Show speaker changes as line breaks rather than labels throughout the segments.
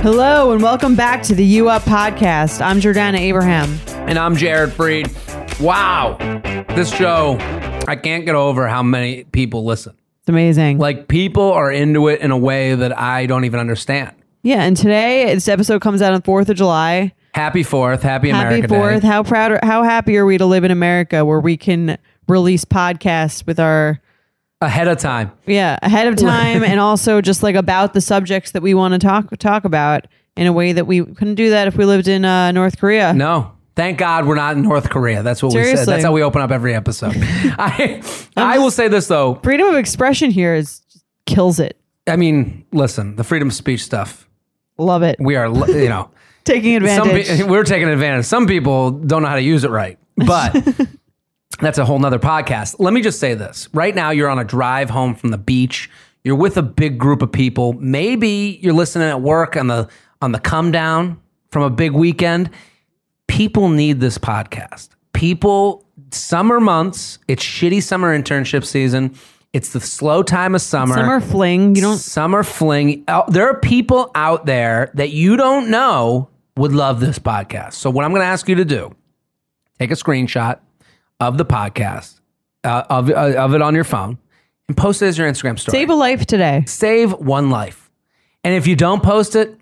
Hello and welcome back to the U Up podcast. I'm Jordana Abraham.
And I'm Jared Freed. Wow. This show, I can't get over how many people listen.
It's amazing.
Like, people are into it in a way that I don't even understand.
yeah, and today this episode comes out on 4th of July.
Happy 4th.
Happy
Happy America
4th.
Day.
How proud are, how happy are we to live in America where we can release podcasts with our
Ahead of time.
yeah, ahead of time and also just like about the subjects that we want to talk talk about in a way that we couldn't do that if we lived in uh, North Korea.
No. Thank God we're not in North Korea. That's what we said.
Seriously.
That's how we open up every episode. I, I will say this, though.
Freedom of expression here is kills it.
I mean, listen, the freedom of speech stuff,
Love it.
we are, li- you know.
Taking
some
advantage.
pe- we're taking advantage. Some people don't know how to use it right, but that's a whole nother podcast. Let me just say this right now: you're on a drive home from the beach. You're with a big group of people. Maybe you're listening at work on the on the come down from a big weekend. People need this podcast. People, summer months. It's shitty summer internship season. It's the slow time of
Summer fling. You don't
Summer fling. out- There are people out there that you don't know would love this podcast. So what I'm going to ask you to do, take a screenshot of the podcast uh, of uh, of it on your phone and post it as your Instagram story.
save a life today.
Save one life. And if you don't post it,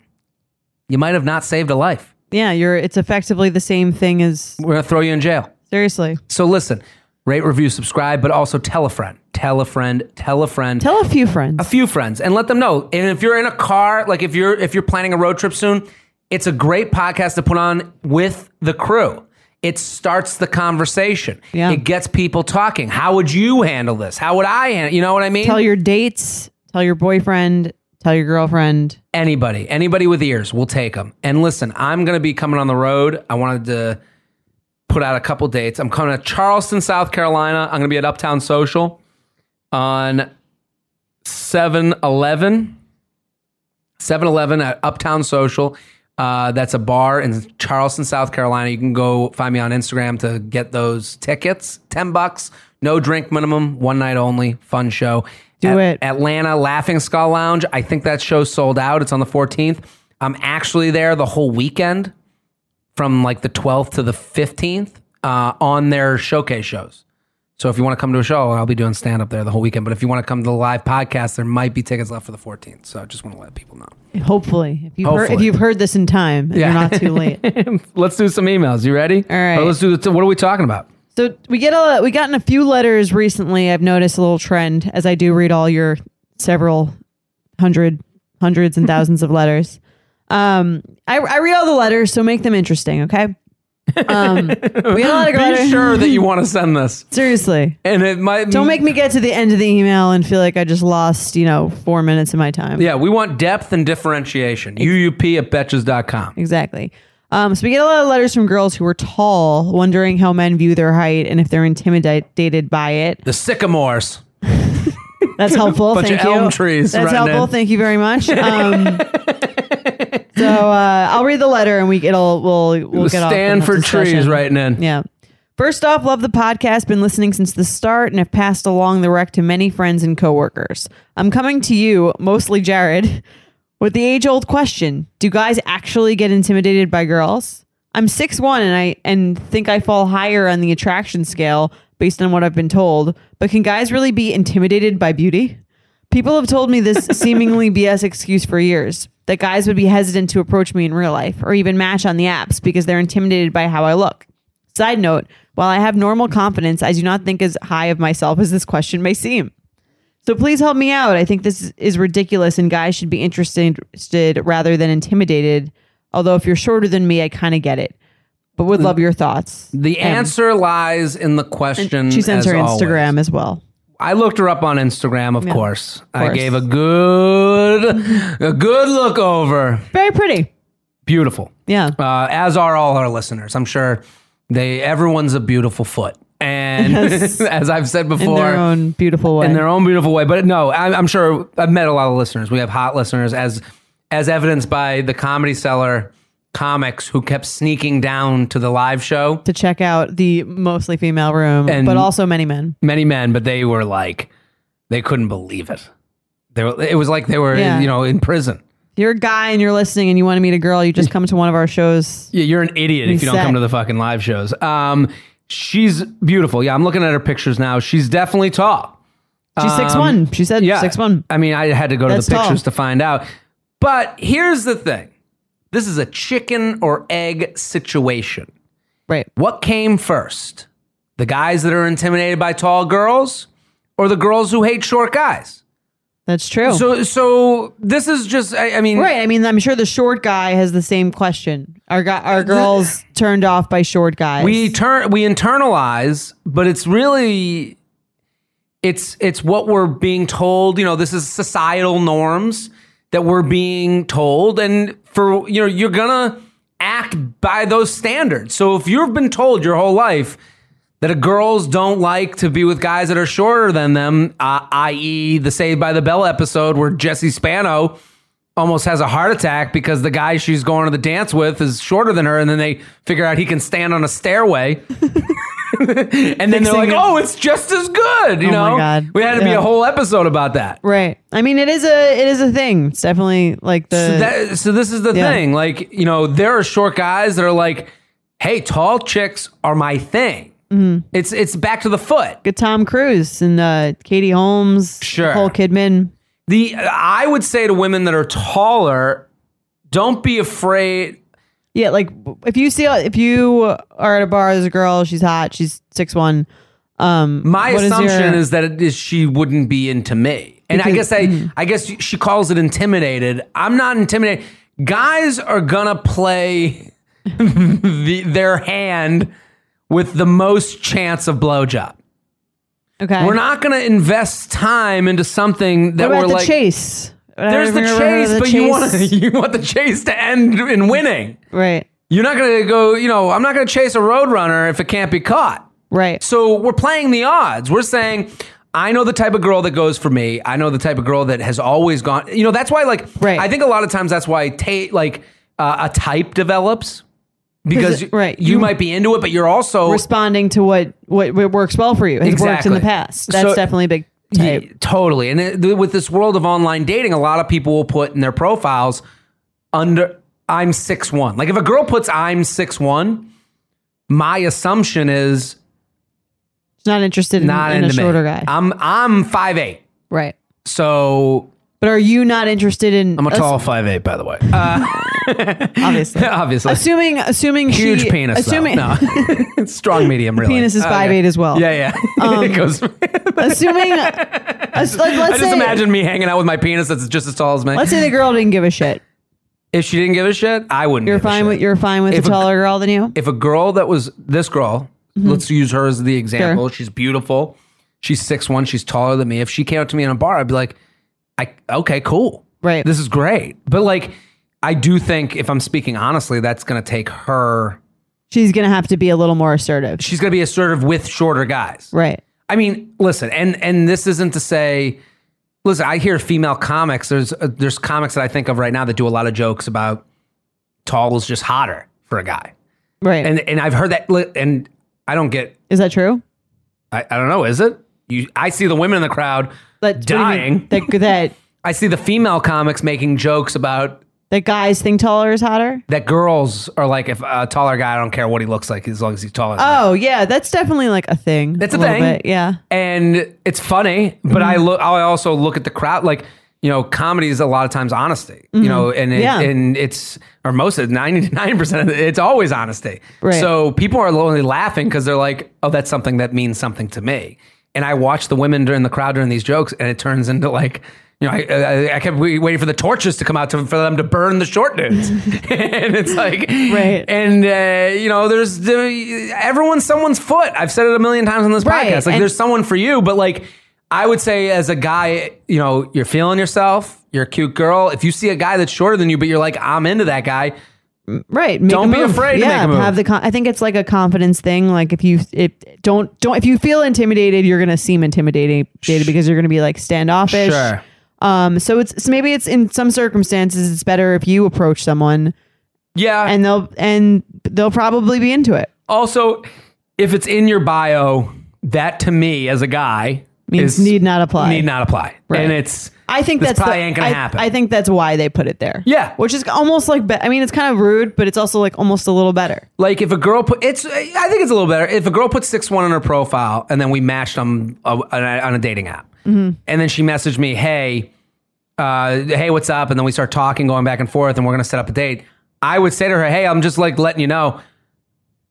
you might have not saved a life.
Yeah, you're. It's effectively the same thing as
We're going to throw you in jail.
seriously.
So listen, rate, review, subscribe, but also tell a friend. Tell a friend, tell a friend.
Tell a few friends.
a few friends and let them know. And if you're in a car, like if you're if you're planning a road trip soon, it's a great podcast to put on with the crew. It starts the conversation.
Yeah.
It gets people talking. How would you handle this? How would I handle? You know what I mean?
tell your dates. Tell your boyfriend. Tell your girlfriend.
anybody, anybody with ears, we'll take them. And listen, I'm going to be coming on the road. I wanted to put out a couple dates. I'm coming to Charleston, South Carolina. I'm going to be at Uptown Social on 7 Eleven. 7 Eleven at Uptown Social. Uh, that's a bar in Charleston, South Carolina. You can go find me on Instagram to get those tickets. 10 bucks, no drink minimum, one night only, fun show.
Do
At-
it.
Atlanta Laughing Skull Lounge. I think that show sold out. It's on the 14th. I'm actually there the whole weekend from like the 12th to the 15th uh, on their showcase shows. So if you want to come to a show, I'll be doing stand up there the whole weekend. But if you want to come to the live podcast, there might be tickets left for the 14th. So I just want to let people know.
Hopefully, if you've heard, if
Hopefully.
you've heard this in time, and you're
Yeah.
not too late.
Let's do some emails. You ready? All
right.
let's do. The what are we talking about?
so we get a we gotten a few letters recently. I've noticed a little trend as I do read all your several hundred hundreds and thousands of letters. Um, I, I read all the letters, so make them interesting. Okay. Um, we had a lot of
Be
letters.
sure that you want to send this,
Seriously.
and it might
Don't make me get to the end of the email and feel like I just lost, you know, four minutes of my time.
Yeah, we want depth and differentiation. UUP at betches.com.
Exactly. Um, so we get a lot of letters from girls who are tall, wondering how men view their height and if they're intimidated by it.
The sycamores.
That's helpful.
Bunch of
Thank you.
elm trees
That's
running
helpful.
in.
Thank you very much. Um, so uh, I'll read the letter and we get all we'll we'll get off on this
Stanford trees
discussion.
right in.
Yeah. First off, love the podcast. Been listening since the start and have passed along the rec to many friends and coworkers. I'm coming to you, mostly Jared, with the age old question Do guys actually get intimidated by girls? I'm 6'1 and I and think I fall higher on the attraction scale based on what I've been told, but can guys really be intimidated by beauty? People have told me this seemingly BS excuse for years that guys would be hesitant to approach me in real life or even match on the apps because they're intimidated by how I look. Side note, while I have normal confidence, I do not think as high of myself as this question may seem. So please help me out. I think this is ridiculous and guys should be interested interested rather than intimidated. Although if you're shorter than me, I kind of get it. But would love your thoughts.
The
M.
answer lies in the question.
She sends
as
her
always.
Instagram as well.
I looked her up on Instagram, of, course. I
course.
gave a good, a good look over.
Very pretty.
Beautiful,
Yeah.
uh, as are all our listeners. I'm sure they. Everyone's a beautiful foot, and
Yes.
as I've said before,
in their own beautiful way.
in their own beautiful way. But no, I'm, I'm sure I've met a lot of listeners. We have hot listeners, as as evidenced by the comedy seller comics who kept sneaking down to the live show.
to check out the mostly female room,
And-
but also many men.
Many men, but they were like, they couldn't believe it. They were, it was like they were,
Yeah.
you know, in prison.
If you're a guy and you're listening and you want to meet a girl, you just come to one of our shows.
Yeah, you're an idiot if you don't
Reset.
come to the fucking live shows. Um, she's beautiful. Yeah, I'm looking at her pictures now. She's definitely tall.
She's six one. She said
Um, Yeah.
six one.
I mean, I had to go to
That's
the pictures
tall.
to find out. But here's the thing this is a chicken or egg situation.
Right.
What came first? The guys that are intimidated by tall girls or the girls who hate short guys?
That's true.
So, so this is just, I, I mean,
Oh. right. I mean, I'm sure the short guy has the same question. Our guy, our girls turned off by short guys.
we turn we internalize but it's really it's it's what we're being told you know this is societal norms that we're being told and for you know you're gonna act by those standards so if you've been told your whole life that a girls don't like to be with guys that are shorter than them uh, i.e the saved by the bell episode where jesse spano almost has a heart attack because the guy she's going to the dance with is shorter than her, and then they figure out he can stand on a stairway. and then they're like,
Fixing it.
"Oh, it's just as good," you
Oh my
know.
God.
We had to be
Yeah.
a whole episode about that.
Right. I mean, it is a it is a thing. It's definitely like the
So, that, so this is the
Uh, Yeah.
thing, like you know, there are short guys that are like, "Hey, tall chicks are my thing."
Mm-hmm.
It's it's back to the foot.
good Tom Cruise and uh, Katie Holmes,
Sure.
Nicole Kidman.
The I would say to women that are taller, don't be afraid.
Yeah, like if you see if you are at a bar, there's a girl, she's hot, she's six one. Um,
My
what
assumption
your-
is, that it is, she wouldn't be into me, and I
Because- mm.
guess I, I guess she calls it intimidated. I'm not intimidated. Guys are gonna play the, their hand with the most chance of blowjob.
okay.
We're not gonna invest time into something
What
that
about
we're
the
like.
chase? I don't
There's the
remember
chase,
the
but you
chase.
want you want the chase to end in winning.
right,
You're not gonna go. You know, I'm not gonna chase a roadrunner if it can't be caught.
right,
So we're playing the odds. We're saying, I know the type of girl that goes for me. I know the type of girl that has always gone. You know, that's why, like,
Right.
I think a lot of times that's why, ta- like, uh, a type develops because
right,
you,
you-
might be into it, but you're also
responding to what what, what works well for you has worked in
Exactly.
the past. That's
So-
definitely a big type.
Yeah, totally. And it, th- with this world of online dating, a lot of people will put in their profiles under I'm six one. Like if a girl puts I'm six one, my assumption is
She's not interested in,
not
in a
into me.
shorter guy,
I'm I'm five eight.
right?
So
But are you not interested in?
I'm a
ass-
tall five eight, by the way.
Uh, obviously.
Obviously,
assuming assuming
huge
she,
penis.
Assuming
though. no, strong medium. Really,
penis is
Okay.
five eight as well.
Yeah, yeah. it goes.
Assuming. as- like, let's
I just
say,
imagine me hanging out with my penis that's just as tall as me.
Let's say the girl didn't give a shit.
if she didn't give a shit, I wouldn't.
You're
give a
fine
shit.
with you're fine with
If
a
a-
taller girl than you.
if a girl that was this girl,
Mm-hmm.
let's use her as the example. She's beautiful. She's six one. She's taller than me. If she came up to me in a bar, I'd be like, "I okay, cool,
Right.
This is great." But like, I do think if I'm speaking honestly, that's going to take her.
She's gonna have to be a little more assertive.
She's going to be assertive with shorter guys.
Right.
I mean, listen, and and this isn't to say, listen. I hear female comics. There's uh, there's comics that I think of right now that do a lot of jokes about tall is just hotter for a guy,
Right.
and and I've heard that, li- and I don't get.
is that true?
I, I don't know. Is it? You, I see the women in the crowd
That what do you mean?
dying.
That that
I see the female comics making jokes about
That guys think taller is hotter?
That girls are like, if a taller guy, I don't care what he looks like as long as he's taller. than me.
Oh, yeah. That's definitely like a thing.
That's a
little
thing.
bit, Yeah.
and it's funny, but I
Mm-hmm.
look. I also look at the crowd. Like you know, comedy is a lot of times honesty. You know, and it,
Mm-hmm. Yeah.
and it's or most of ninety nine percent of it, it's always honesty.
Right.
So people are only laughing because they're like, "Oh, that's something that means something to me." And I watch the women during the crowd during these jokes, and it turns into like. You know, I, I, I kept wa- waiting for the torches to come out to, for them to burn the short dudes, and it's like,
Right.
And uh, you know, there's the, everyone's someone's foot. I've said it a million times on this
Right,
podcast. Like,
and-
there's someone for you, but like, I would say as a guy, you know, you're feeling yourself. You're a cute girl. If you see a guy that's shorter than you, but you're like, I'm into that guy.
Right. Make
Don't
a
be
move.
afraid to
yeah,
make a move.
Have the con- I think it's like a confidence thing. Like if you if don't don't if you feel intimidated, you're gonna seem intimidated because you're gonna be like standoffish.
Sure.
Um so it's so maybe it's in some circumstances it's better if you approach someone
Yeah. And
and they'll and they'll probably be into it.
also, if it's in your bio, that to me as a guy
Means
is
need not apply.
Need not apply.
Right.
And it's
I think
this
that's
probably
the-
ain't gonna
I-
happen.
I think that's why they put it there.
Yeah.
which is almost like be- I mean, it's kind of rude, but it's also like almost a little better.
Like if a girl put it's, I think it's a little better. If a girl put six one on her profile and then we matched on a, on a, on a dating app,
Mm-hmm.
and then she messaged me, hey, uh, hey, what's up? And then we start talking, going back and forth, and we're gonna set up a date. I would say to her, hey, I'm just like letting you know,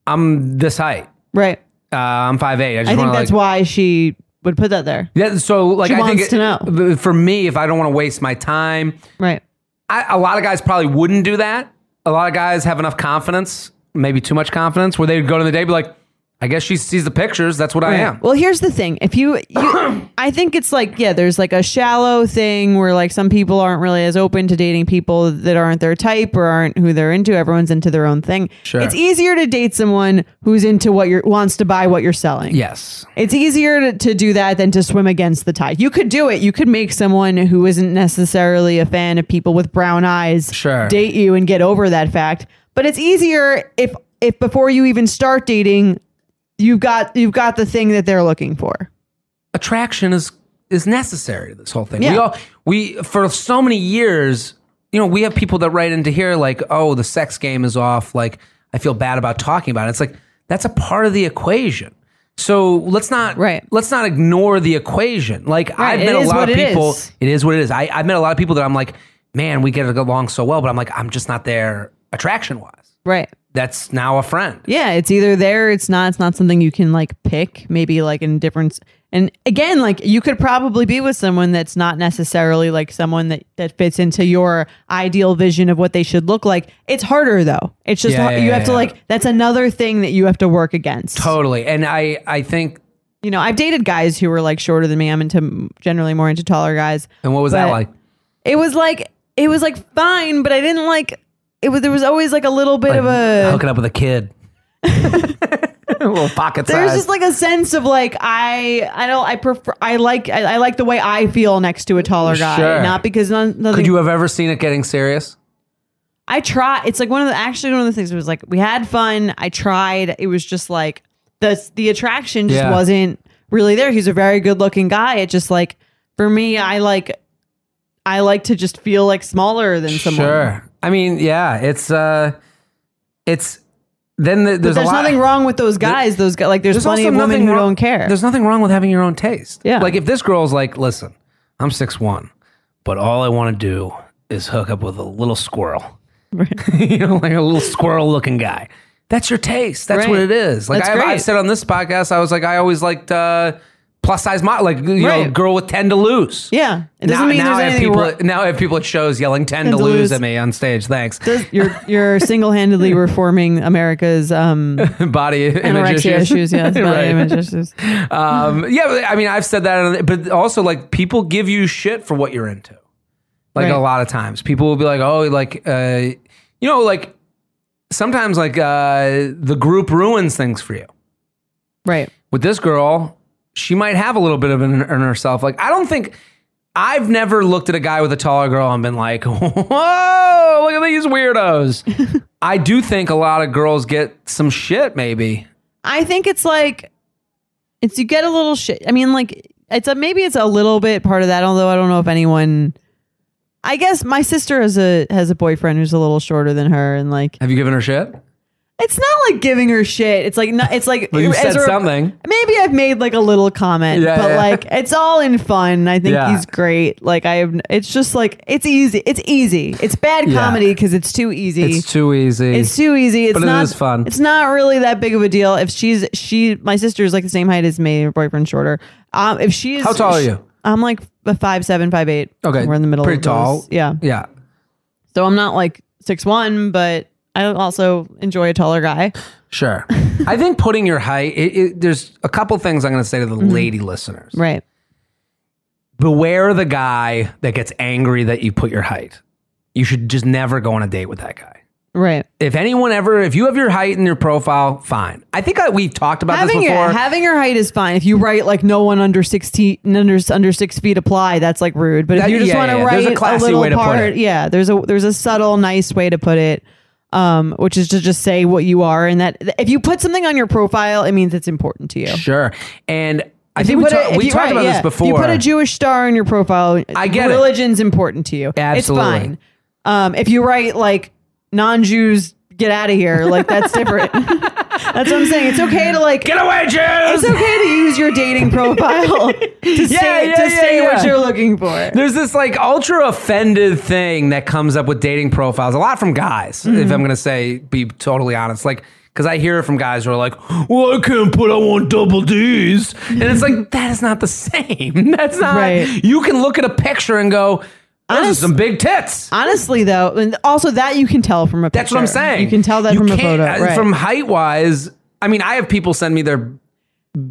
I'm this height.
Right.
Uh, I'm 5'8". I
I think
just want to like,
that's why she would put that there.
yeah, so like
She
I think
wants to know.
th- for me, if I don't want to waste my time,
Right.
I, a lot of guys probably wouldn't do that. A lot of guys have enough confidence, maybe too much confidence, where they'd go to the day and be like, I guess she sees the pictures. That's what I am.
Well, here's the thing. If you, you I think it's like, yeah, there's like a shallow thing where like some people aren't really as open to dating people that aren't their type or aren't who they're into. Everyone's into their own thing.
Sure.
It's easier to date someone who's into what you're wants to buy what you're selling.
yes.
It's easier to, to do that than to swim against the tide. You could do it. You could make someone who isn't necessarily a fan of people with brown eyes
Sure.
date you and get over that fact. But it's easier if if before you even start dating, you've got you've got the thing that they're looking for.
Attraction is is necessary to this whole thing. We
Yeah.
all we for so many years, you know, we have people that write into here like, oh, the sex game is off, like I feel bad about talking about it. It's like that's a part of the equation. So let's not
Right.
let's not ignore the equation. Like I've
it
met a
is
lot
what
of
it
people
is.
It is what it is. I, I've met a lot of people that I'm like, man, we get along so well, but I'm like, I'm just not there attraction wise.
Right.
That's now a friend.
Yeah, it's either there, it's not, it's not something you can like pick, maybe like in different and again, like you could probably be with someone that's not necessarily like someone that that fits into your ideal vision of what they should look like. It's harder though. It's just
Yeah, yeah,
you
yeah,
have to
yeah.
like that's another thing that you have to work against.
Totally. And I, I think,
You know, I've dated guys who were like shorter than me. I'm into generally more into taller guys.
and what was that
But-
like?
It was like it was like fine, but I didn't like it was there was always like a little bit of a
hooking up with a kid. little pocket
there's
size.
just like a sense of like I I don't I prefer I like I, I like the way I feel next to a taller guy,
Sure.
not because none, nothing.
Could you have ever seen it getting serious?
I try. It's like one of the actually one of the things was like we had fun. I tried. It was just like the the attraction just
Yeah.
wasn't really there. He's a very good looking guy. It just like for me, I like I like to just feel like smaller than someone.
Sure. I mean, yeah, it's, uh, it's, then the,
But
there's,
there's,
a lot,
nothing wrong with those guys. those guys like there's,
There's
plenty
also
of women
nothing
who
wrong-
don't care.
There's nothing wrong with having your own taste.
Yeah.
Like if this girl's like, listen, I'm six one, but all I want to do is hook up with a little squirrel. you know, like a little squirrel looking guy. That's your taste. That's
Right.
what it is. Like
That's
I, I
great.
said on this podcast, I was like, I always liked uh, plus size model, like you know,
Right.
girl with ten to lose.
yeah, it doesn't
now,
mean
now
there's
I have
anything
people.
wrong.
Now I have people at shows yelling ten, to, lose. at me on stage. Thanks.
You're you're single-handedly reforming America's um,
Body image
anorexia
issues.
issues. yes, body
Right.
image issues.
um,
Mm-hmm.
yeah, but, I mean, I've said that, but also like people give you shit for what you're into. Like
Right.
a lot of times, people will be like, "Oh, like uh, you know, like sometimes like uh, the group ruins things for you."
Right.
With this girl, she might have a little bit of it in, in herself. Like I don't think I've never looked at a guy with a taller girl and been like, "Whoa, look at these weirdos." I do think a lot of girls get some shit, maybe.
I think it's like it's you get a little shit. I mean, like it's a maybe it's a little bit part of that. Although I don't know if anyone I guess my sister has a has a boyfriend who's a little shorter than her, and like
Have you given her shit?
it's not like giving her shit. It's like not, it's like
Well, you
as
said
a-
something.
Maybe I've made like a little comment,
Yeah,
but
yeah.
like it's all in fun. I think
Yeah.
he's great. Like I have, it's just like it's easy. It's easy. It's bad
Yeah.
comedy because it's too easy.
It's too easy.
It's too easy. It's
But it
not
is fun.
It's not really that big of a deal. If she's she, my sister's like the same height as me. Her boyfriend's shorter. Um, if she's
How tall are you?
I'm like a five seven, five eight.
okay.
we're in the middle.
Pretty
of
tall.
those. Yeah.
Yeah.
So I'm not like six one, but I also enjoy a taller guy.
Sure. I think putting your height, it, it, there's a couple things I'm going to say to the lady listeners.
Mm-hmm. Right.
Beware the guy that gets angry that you put your height. You should just never go on a date with that guy.
Right.
If anyone ever, if you have your height in your profile, fine. I think I, we've talked about
Having
this before.
your having your height is fine. If you write like no one under sixteen under under six feet apply, that's like rude. But if
That-
you just
yeah,
want to
yeah, yeah.
write
There's a classy
little
way to put
part,
it.
yeah, there's a there's a subtle, nice way to put it, um, which is to just say what you are, and that if you put something on your profile, it means it's important to you.
sure. And I
If you
think we,
put
ta-
a- if
we
you-
talked
right,
about
yeah.
this before.
If you put a Jewish star in your profile,
I get it.
religion's important to you.
Absolutely.
It's fine. Um, if you write like non-Jews get out of here, like that's different. that's what I'm saying. It's okay to like
Get away, Jews!
it's okay to use your dating profile to say,
yeah,
to
yeah,
say what
yeah.
you're looking for.
There's this like ultra offended thing that comes up with dating profiles a lot from guys.
Mm-hmm.
If I'm gonna say, be totally honest, like because I hear it from guys who are like, "Well, I can't put I want double D's," and it's like that is not the same. That's not.
Right.
You can look at a picture and go, "Those are
Honest-
some big tits."
Honestly, though, and also that you can tell from a
That's what I'm
picture.
saying.
You can tell that
You
from a
can't-
photo,
uh,
right?
From height wise, I mean, I have people send me their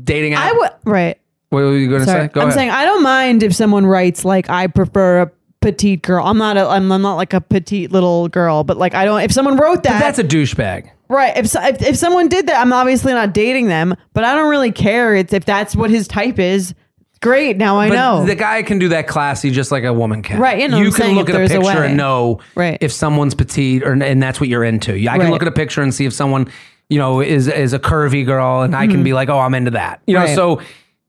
dating
I
app.
would right.
what were you gonna
Sorry,
say? Go
I'm
ahead.
saying I don't mind if someone writes like I prefer a petite girl. I'm not a I'm, I'm not like a petite little girl, but like I don't. If someone wrote that,
that's a douchebag.
right. If, so- if if someone did that, I'm obviously not dating them, but I don't really care. It's if that's what his type is. Great, now I
But
know.
the guy can do that classy just like a woman can.
Right, you know what I'm
can
saying,
look
if
at a
there's a
picture
way.
and know
Right.
if someone's petite or and that's what you're into. I can
Right.
look at a picture and see if someone, you know, is is a curvy girl and I can be like, "Oh, I'm into that." You know,
Mm-hmm. Right.
so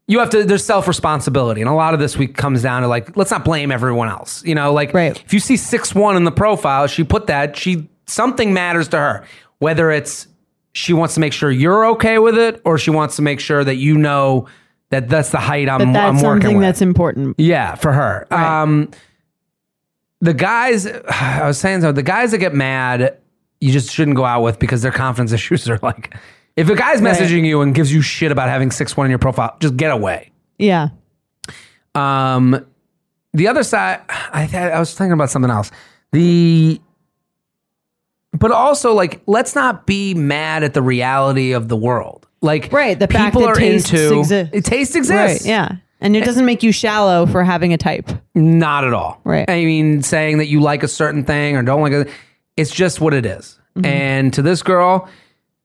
you have to there's self-responsibility and a lot of this week comes down to like let's not blame everyone else. You know, like
Right.
if you see 6-1 in the profile, she put that, she something matters to her. Whether it's she wants to make sure you're okay with it or she wants to make sure that you know that that's the height I'm,
but
I'm
that's
working
something
with.
that's important.
Yeah, for her. Um, the guys, I was saying though, the guys that get mad, you just shouldn't go out with because their confidence issues are like, if a guy's messaging you and gives you shit about having six one in your profile, just get away.
Yeah.
Um, the other side, I th- I was thinking about something else. The but also like let's not be mad at the reality of the world. Like
Right, the fact
people
that
are
tastes
into
exist.
taste
Right.
exists.
Yeah. And it doesn't make you shallow for having a type.
Not at all.
Right.
I mean, saying that you like a certain thing or don't like it, it's just what it is. And to this girl,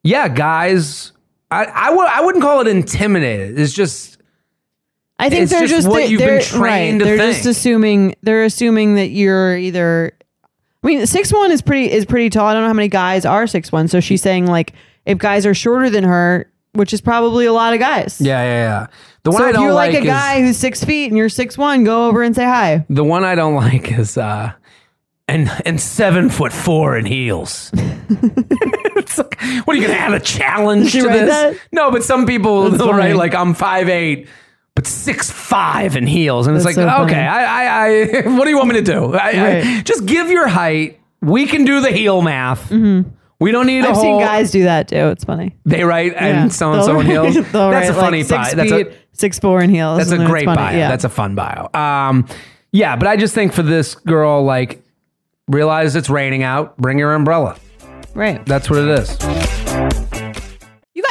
yeah, guys, I I w- I wouldn't call it intimidated. It's just,
I think
It's
they're
just
just,
what
they,
you've been
are
trained to
they're
think.
just assuming they're assuming that you're either I mean, six one is pretty is pretty tall. I don't know how many guys are six one. So she's saying like if guys are shorter than her, which is probably a lot of guys.
yeah, yeah, yeah. The one
So
I
if
don't
you like,
like,
a guy
is
who's six feet and you're six one, go over and say hi.
the one I don't like is uh, and and seven foot four in heels. it's like, what are you gonna add a challenge
Did she
to
write
this?
that?
No, but some people
That's
they'll
funny.
write like I'm five eight. But six five in heels, and it's
That's so
like,
funny.
okay, I, I, I, what do you want me to do? I, I,
Right.
just give your height. We can do the heel math. We don't need a
Mm-hmm. I've
whole.
seen guys do that too. It's funny.
they write
Yeah.
and so and so
They'll
in heels.
write-
That's
they'll
a
write,
funny
like,
pie.
six
That's a
feet, six four in heels.
that's
and
a
then it's
great
funny.
bio.
Yeah.
That's a fun bio. Um, yeah, but I just think for this girl, like, realize it's raining out. Bring your umbrella.
right.
That's what it is.
You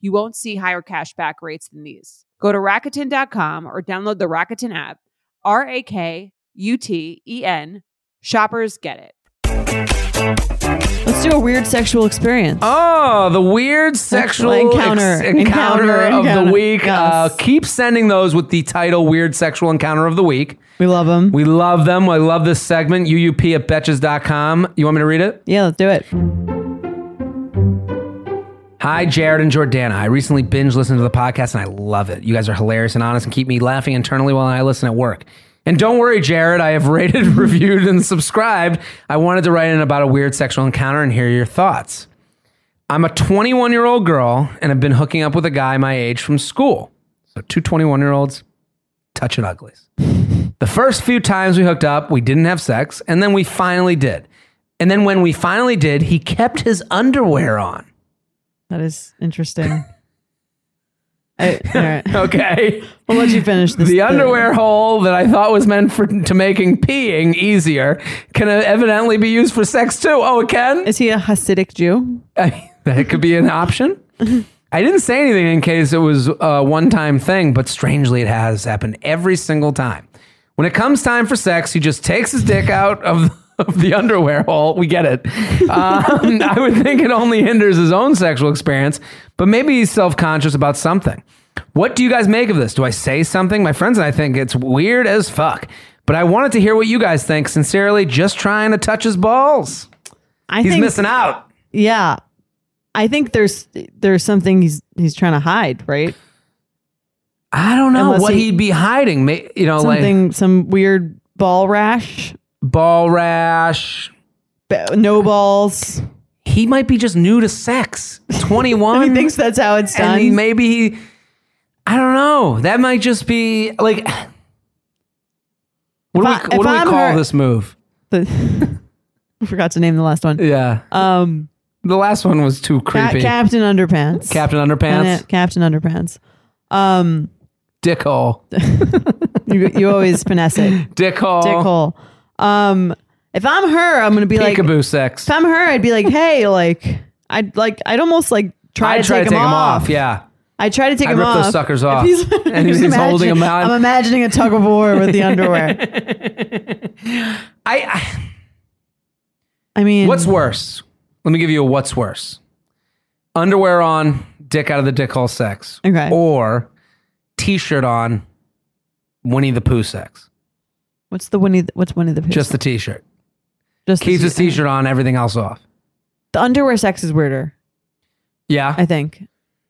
You won't see higher cash back rates than these. Go to Rakuten.com or download the Rakuten app. R A K U T E N. Shoppers get it.
Let's do a weird sexual experience.
Oh, the weird sexual
encounter.
ex- encounter,
Encounter,
of
encounter.
the week. Uh,
Yes.
keep sending those with the title Weird Sexual Encounter of the Week.
We love them.
We love them. I love this segment. UUP at betches.com. You want me to read it?
yeah, let's do it.
Hi, Jared and Jordana. I recently binge listened to the podcast and I love it. You guys are hilarious and honest and keep me laughing internally while I listen at work. And don't worry, Jared, I have rated, reviewed, and subscribed. I wanted to write in about a weird sexual encounter and hear your thoughts. I'm a 21 year old girl and have been hooking up with a guy my age from school. So, two 21 year olds touching uglies. The first few times we hooked up, we didn't have sex, and then we finally did. And then when we finally did, he kept his underwear on.
That is interesting. I, all right.
Okay.
We'll let you finish this.
the underwear hole that I thought was meant for to making peeing easier can evidently be used for sex too. Oh, it can.
Is he a Hasidic Jew?
that could be an option. I didn't say anything in case it was a one-time thing, but strangely, it has happened every single time. When it comes time for sex, he just takes his dick out of. Of the underwear hole, we get it. Um, I would think it only hinders his own sexual experience, but maybe he's self conscious about something. What do you guys make of this? Do I say something? My friends and I think it's weird as fuck, but I wanted to hear what you guys think. Sincerely, just trying to touch his balls.
I
He's
think,
missing out.
Yeah, I think there's there's something he's he's trying to hide, right?
I don't know
Unless
what
he-
he, would be hiding. Ma- You know, like
Something, some weird ball rash,
ball rash.
ba- no balls.
He might be just new to sex. Twenty one.
He thinks Um, that's how it's done.
and he, maybe he. I don't know. That might just be like. What
If
do we,
I-
what do
if
we
I'm
call
her-
this move?
The- I forgot to name the last one.
Yeah,
Um,
the last one was too
Ca-
creepy.
Captain Underpants.
Captain Underpants,
Captain, Captain Underpants. Um,
dickhole,
you, you always finesse it,
dickhole,
dickhole. Um, if I'm her, I'm gonna be like,
peekaboo
if
sex.
I'm her, I'd be like, hey, like, I'd like, I'd almost like try
I
to take, him, off.
Yeah,
I try to take
I
him
rip
off.
those suckers off,
He's,
and he's,
I'm
holding them
imagining-
out.
I'm imagining a tug of war with the underwear.
I, I
I mean,
What's worse? Let me give you a what's worse. Underwear on, dick out of the dick hole sex.
Okay.
Or t-shirt on, Winnie the Pooh sex.
what's the Winnie? The, what's Winnie the Pooh?
Just the t-shirt.
just
Keeps
the,
his t-shirt on, everything else off.
The underwear sex is weirder,
Yeah.
I think,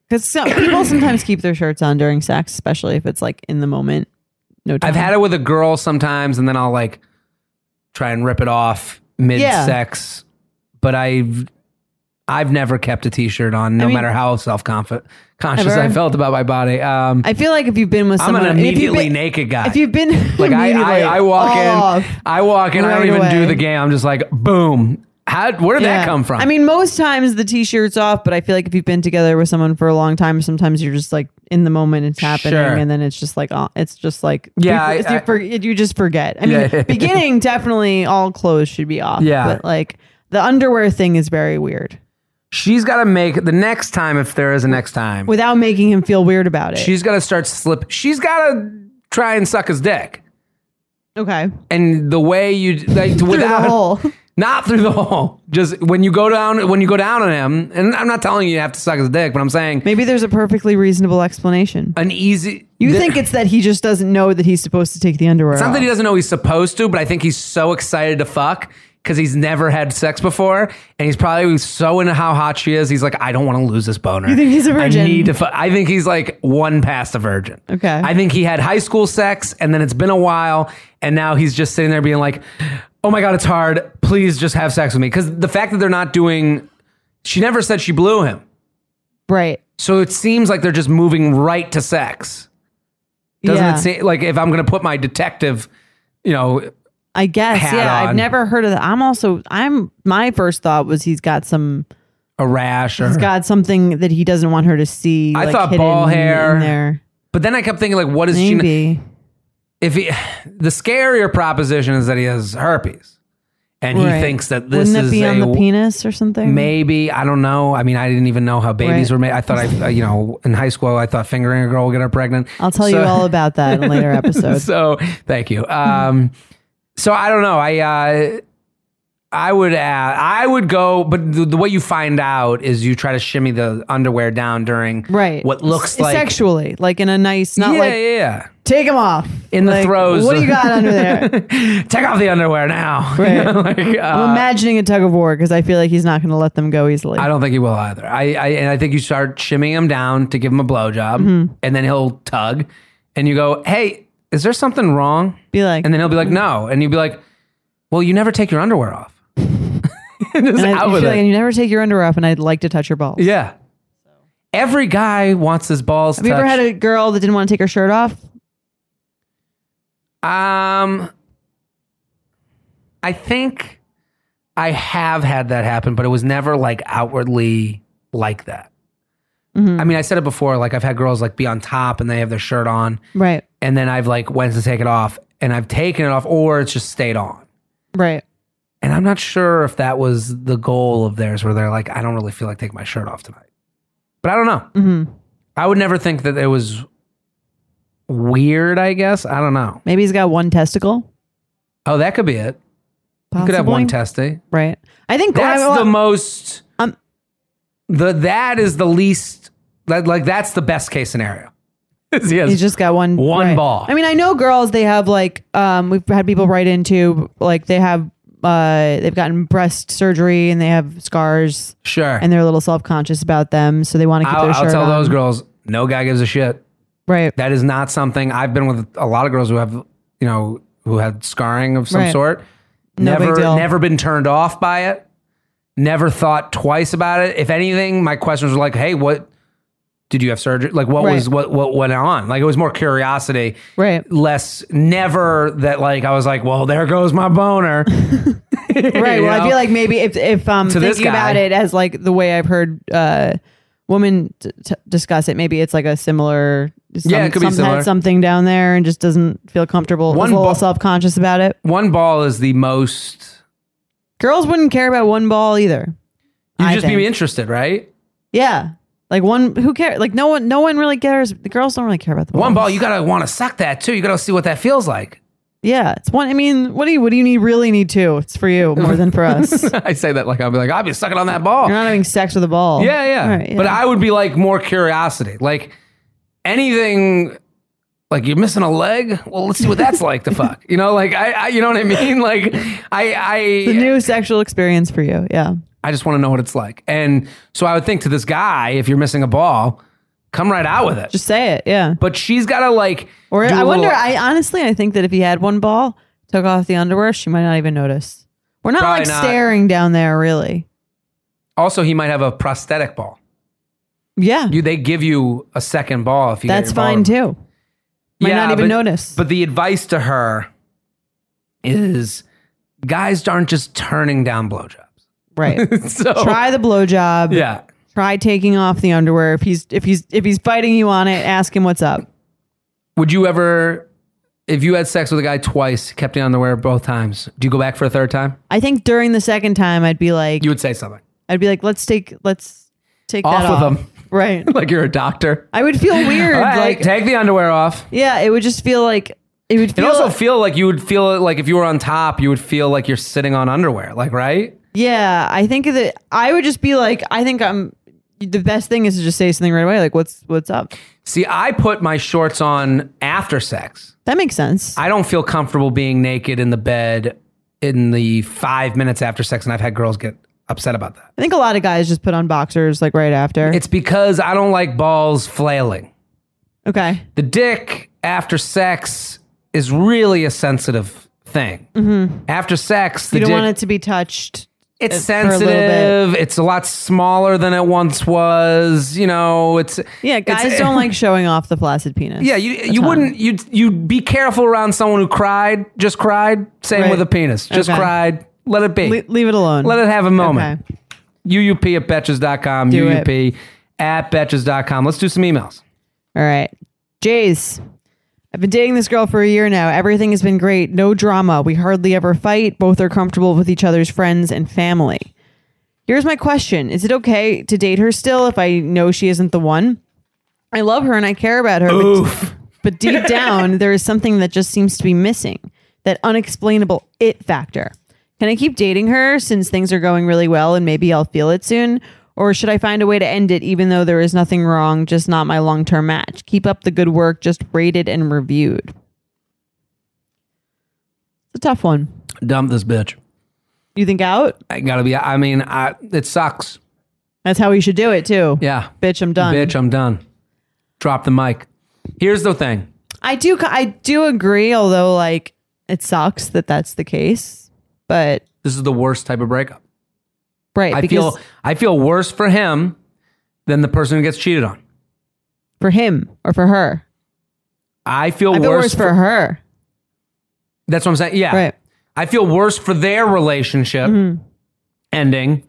because some, people sometimes keep their shirts on during sex, especially if it's like in the moment. No time.
I've had it with a girl sometimes and then I'll like try and rip it off mid-sex. But I've I've never kept a t-shirt on, no
mean-
matter how self-conscious conscious
Ever?
I felt about my body. Um,
I feel like if you've been with
I'm
someone,
an
if you've
immediately
been-
naked guy.
If you've been
like I,
immediately
I, I walk
off.
in, I walk in, I don't
Right
even do
away.
the game. I'm just like, boom. How? Where did
Yeah.
that come from?
I mean, most times the t-shirt's off, but I feel like if you've been together with someone for a long time, sometimes you're just like in the moment it's happening,
Sure.
and then it's just like uh, it's just like
Yeah,
you,
I-
you,
I-
for- you just forget. I mean,
Yeah.
beginning definitely all clothes should be off.
Yeah.
but like the underwear thing is very weird
she's got to make the next time if there is a next time.
without making him feel weird about it.
she's got to start slip. She's got to try and suck his dick.
okay
And the way you like
through the
without
hole.
Not through the hole. Just when you go down, when you go down on him, and I'm not telling you you have to suck his dick, but I'm saying
Maybe there's a perfectly reasonable explanation.
an easy.
You
th-
think it's that he just doesn't know that he's supposed to take the underwear
it's not that
off.
he doesn't know he's supposed to, but I think he's so excited to fuck because he's never had sex before, and he's probably so into how hot she is. He's like, I don't want to lose this boner. You
think he's a virgin?
I need to. Fu-. I think he's like one past a virgin.
Okay.
I think he had high school sex, and then it's been a while, and now he's just sitting there being like, Oh my god, it's hard. Please just have sex with me. Because the fact that they're not doing, she never said she blew him.
right.
So it seems like they're just moving right to sex. Doesn't
yeah.
it seem like if I'm going to put my detective, you know,
I guess.
hat
Yeah. I've
on.
never heard of that. I'm also, I'm, my first thought was he's got some,
a rash or.
he's got something that he doesn't want her to see.
I
like,
thought
hidden
ball
in
hair.
there.
but then I kept thinking, like, what is she?
Maybe.
If he, the scarier proposition is that he has herpes, and
Right.
he thinks that this
Wouldn't
is
it be
a
on the penis or something?
maybe I don't know. I mean, I didn't even know how babies
Right.
were made. I thought I, you know, in high school, I thought fingering a girl would get her pregnant.
I'll tell
So-
you all about that in a later episode.
so thank you. Um, so I don't know. I uh, I would add, I would go, but the, the way you find out is you try to shimmy the underwear down during
Right.
what looks
S-
like
Sexually, like in a nice, not
yeah,
like,
yeah,
take him off.
In the
Like,
throes
What do
of-
you got under there?
yeah. Take off the underwear now. You
Right.
know, like, uh,
I'm imagining a tug of war because I feel like he's not going to let them go easily.
I don't think he will either. I, I and I think you start shimmying him down to give him a blowjob,
Mm-hmm.
and then he'll tug, and you go, "Hey, is there something wrong?"
Be like,
And then he'll be like, "No," and you'll be like, "Well, you never take your underwear off." And Just
and, I,
out
you
with
feel like,
it.
and you never take your underwear off, and I'd like to touch your balls.
Yeah. Every guy wants his balls.
Have you ever had a girl that didn't want to take her shirt off?
a? Um, I think I have had that happen, but it was never like outwardly like that.
Mm-hmm.
I mean, I said it before. Like I've had girls like be on top and they have their shirt on,
Right,
and then I've like went to take it off, and I've taken it off, or it's just stayed on.
right.
And I'm not sure if that was the goal of theirs, where they're like, I don't really feel like taking my shirt off tonight. But I don't know.
Mhm.
I would never think that it was weird, I guess. I don't know.
Maybe he's got one testicle.
Oh, that could be it. You could have
possibly.
one testy.
Right. I think
That's
I-
the most
Um,
the that is the least like, like that's the best case scenario. Is he has-
He's just got one
One ball.
I mean, I know girls. They have like um, we've had people write into like they have uh, they've gotten breast surgery and they have scars
sure.
and they're a little self conscious about them, so they want to keep
I'll,
their
I'll
shirt
tell
on.
those girls, no guy gives a shit.
Right.
That is not something I've been with a lot of girls who have you know who had scarring of some
Right.
sort.
No big
never
deal.
never been turned off by it. Never thought twice about it. If anything, my questions were like, "Hey, what did you have surgery? Like, what
Right.
was what what went on? Like, it was more curiosity,
Right.
less never that like I was like, well, there goes my boner.
right.
You
Well, I
know?
feel like maybe if if um
To this
thinking about
guy.
it as like the way I've heard uh women t- t- discuss it, maybe it's like a similar. Some,
Yeah, it could be
some
similar.
Had something down there and just doesn't feel comfortable.
One
One a little
ball-
self conscious about it.
one ball is the most.
Girls wouldn't care about one ball either.
You
I
just
think.
be interested, right?
Yeah. Like one, who cares? Like no one, no one really cares. The girls don't really care about the
One
balls.
ball, you gotta want to suck that too. You gotta see what that feels like.
Yeah, it's one. I mean, what do you, what do you need? Really need two? It's for you more than for us. You're
I say that like I'll be like, I'll be sucking on that ball.
not having sex with a ball.
Yeah, yeah.
All right,
But I would be like more curiosity. Like anything like you're missing a leg? Well, let's see what that's like to fuck. You know, like I, I you know what I mean? Like I I
the new sexual experience for you. Yeah.
I just want to know what it's like. And so I would think to this guy, if you're missing a ball, come right out with it.
Just say it. Yeah.
but she's got to like
Or
do a
I wonder.
little-
I honestly, I think that if he had one ball, took off the underwear, she might not even notice. We're not
Probably
like
not.
staring down there, really.
Also, he might have a prosthetic ball.
Yeah,
You, they give you a second ball if you.
that's
get your ball
fine too. Might not even
but,
notice.
But the advice to her is, guys aren't just turning down blowjobs.
Right.
so
Try the blowjob.
Oh. yeah,
Try taking off the underwear. If he's if he's if he's biting you on it, ask him what's up.
would you ever? If you had sex with a guy twice, kept the underwear both times, do you go back for a third time?
I think during the second time, I'd be like,
You would say something.
I'd be like, let's take let's take
Off
that
with
off.
them.
Right.
like you're a doctor.
I would feel weird.
All right,
like
take the underwear off.
yeah, it would just feel like it would
It
feel.
also feel like you would feel like if you were on top, you would feel like you're sitting on underwear, like right?
yeah, I think that I would just be like, I think I'm. The best thing is to just say something right away, like what's what's up.
See, I put my shorts on after sex.
That makes sense.
I don't feel comfortable being naked in the bed in the five minutes after sex, and I've had girls get upset about that.
I think a lot of guys just put on boxers like right after.
It's because I don't like balls flailing.
okay.
The dick after sex is really a sensitive thing. After sex, the
Mm-hmm. You don't
dick,
want it to be touched.
it's
for a little bit.
sensitive. It's a lot smaller than it once was. You know, it's
Yeah,
it's-
guys don't like showing off the flaccid penis.
Yeah, you you wouldn't you'd you'd be careful around someone who cried, just cried. Same
Right.
with a penis, just
Okay.
cried. Let it be.
Le- leave it alone.
Let it have a moment.
Okay.
UUP at betches.com,
Do it.
UUP at betches.com. Let's do some emails.
All right. Jays. I've been dating this girl for a year now. Everything has been great. No drama. We hardly ever fight. Both are comfortable with each other's friends and family. Here's my question Is it okay to date her still if I know she isn't the one? I love her and I care about her. but-
Oof.
but deep down, there is something that just seems to be missing that unexplainable it factor. Can I keep dating her since things are going really well and maybe I'll feel it soon? Or should I find a way to end it even though there is nothing wrong, just not my long term match? Keep up the good work, just rated and reviewed. It's a tough one.
Dump this bitch.
You think out?
I gotta be, I mean, I, it sucks.
That's how we should do it too.
Yeah.
Bitch, I'm done.
Bitch, I'm done. Drop the mic. Here's the thing.
I do I do agree, although like it sucks that that's the case. But
This is the worst type of breakup.
right,
I
because
feel I feel worse for him than the person who gets cheated on.
for him or for her.
I feel,
I feel
worse,
worse for her.
That's what I'm saying. Yeah.
Right.
I feel worse for their relationship
Mm-hmm.
ending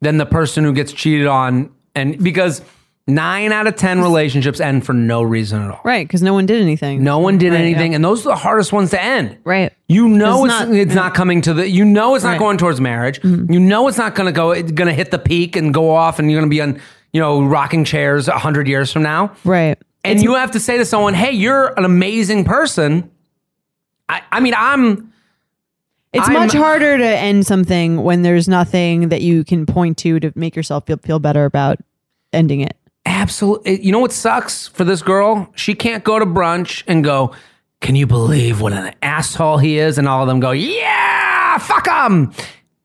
than the person who gets cheated on. And because nine out of 10 relationships end for no reason at all.
Right. Because no one did anything.
No one did
Right,
anything. And those are the hardest ones to end.
Right.
You know
It's
it's it's not,
not-
coming to the you know it's not
Right. Mm-hmm.
going towards marriage. You know it's not going to go it's going to hit the peak and go off and you're going to be on you know rocking chairs 100 years from now.
Right.
And you have to say to someone, "Hey, you're an amazing person." I I mean, I'm
It's
I'm-
much harder to end something when there's nothing that you can point to to make yourself feel, feel better about ending it.
Absolutely. You know what sucks for this girl? She can't go to brunch and go, Can you believe what an asshole he is? And all of them go, Yeah, fuck him.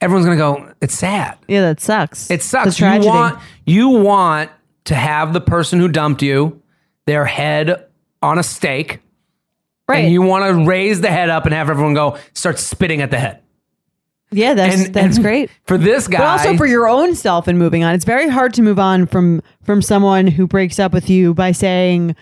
Everyone's going to go, It's sad.
Yeah, that sucks.
It
The
sucks. You
tragedy.
want, you want to have the person who dumped you, their head on a stake.
right.
And you want to raise the head up and have everyone go, Start spitting at the head.
yeah, that's
And
that's
and
great.
For this guy.
But also for your own self and moving on. It's very hard to move on from from someone who breaks up with you by saying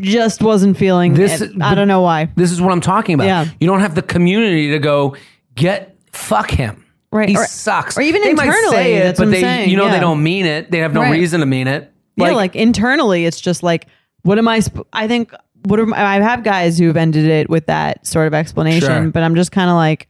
just wasn't feeling
This-
it. I don't know why.
This is what I'm talking about.
Yeah.
You don't have the community to go get fuck him.
Right.
He
Or-
sucks.
or even
they might
internally,
say it,
that's
but
what I'm
they
saying,
you know
yeah.
they don't mean it. They have no
Right.
reason to mean it.
yeah, like internally, it's just like, what am I? Sp- I think what am I have guys who've ended it with that sort of explanation,
Sure.
but I'm just kind of like,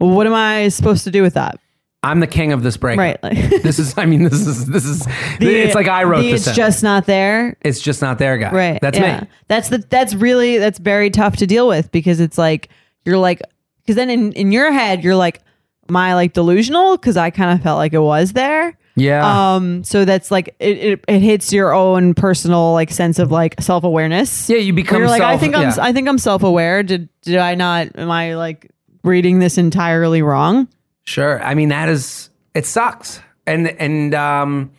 well, what am I supposed to do with that?
I'm the king of this breakup.
Right. Like,
this is I mean this is this is it's like I wrote
the
this.
It's
in.
just not there.
it's just not there, guy.
Right.
That's
yeah.
me.
That's the that's really that's very tough to deal with because it's like you're like because then in in your head you're like, am I like delusional? Because I kind of felt like it was there.
Yeah.
Um, so that's like it, it, it hits your own personal like sense of like self awareness.
Yeah, you become
Where you're like I
self-
think I'm
yeah.
I think I'm self aware. Did did I not? Am I like reading this entirely wrong?
sure. I mean that is it sucks. And and um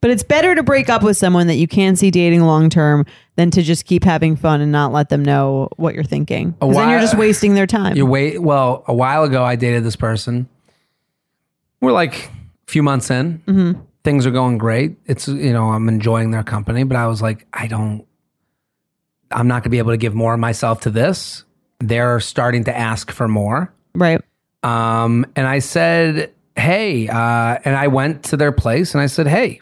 But it's better to break up with someone that you can see dating long term than to just keep having fun and not let them know what you're thinking. 'Cause then
why-
you're just wasting their time.
you wait well, a while ago I dated this person. We're like a few months in,
Mm-hmm.
things are going great. It's you know I'm enjoying their company, but I was like, I don't, I'm not gonna be able to give more of myself to this. They're starting to ask for more.
Right.
Um, and I said, Hey, uh, and I went to their place and I said, Hey,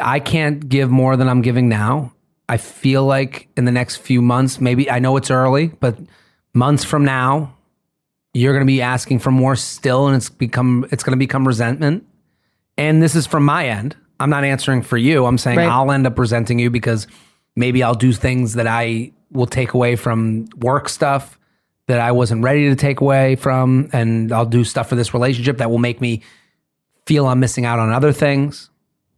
I can't give more than I'm giving now. I feel like in the next few months, maybe I know it's early, but months from now, you're going to be asking for more still, and it's become it's going to become resentment. And this is from my end. I'm not answering for you. I'm saying
Right.
I'll end up resenting you because maybe I'll do things that I will take away from work stuff that I wasn't ready to take away from, and I'll do stuff for this relationship that will make me feel I'm missing out on other things.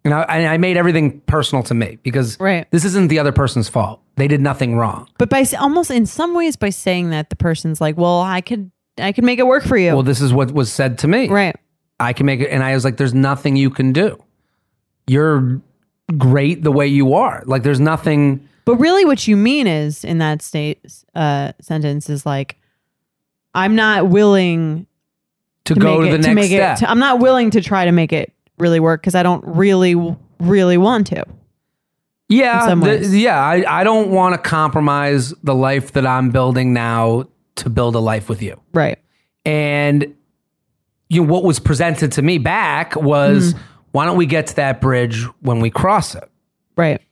And I, I I made everything personal to me because
Right.
this isn't the other person's fault. They did nothing wrong.
But by s- almost in some ways by saying that the person's like, "Well, I could I could make it work for you."
Well, this is what was said to me.
right.
I can make it. And I was like, there's nothing you can do. You're great the way you are. Like, there's nothing.
But really what you mean is in that state uh sentence is like I'm not willing
To, go to
make
the
it,
next
make
step.
it to, I'm not willing to try to make it really work cuz I don't really really want to.
Yeah,
in some
the-
ways.
yeah. I, I don't want to compromise the life that I'm building now to build a life with you.
Right.
And you know what was presented to me back
Hmm.
was, why don't we get to that bridge when we cross it?
Right.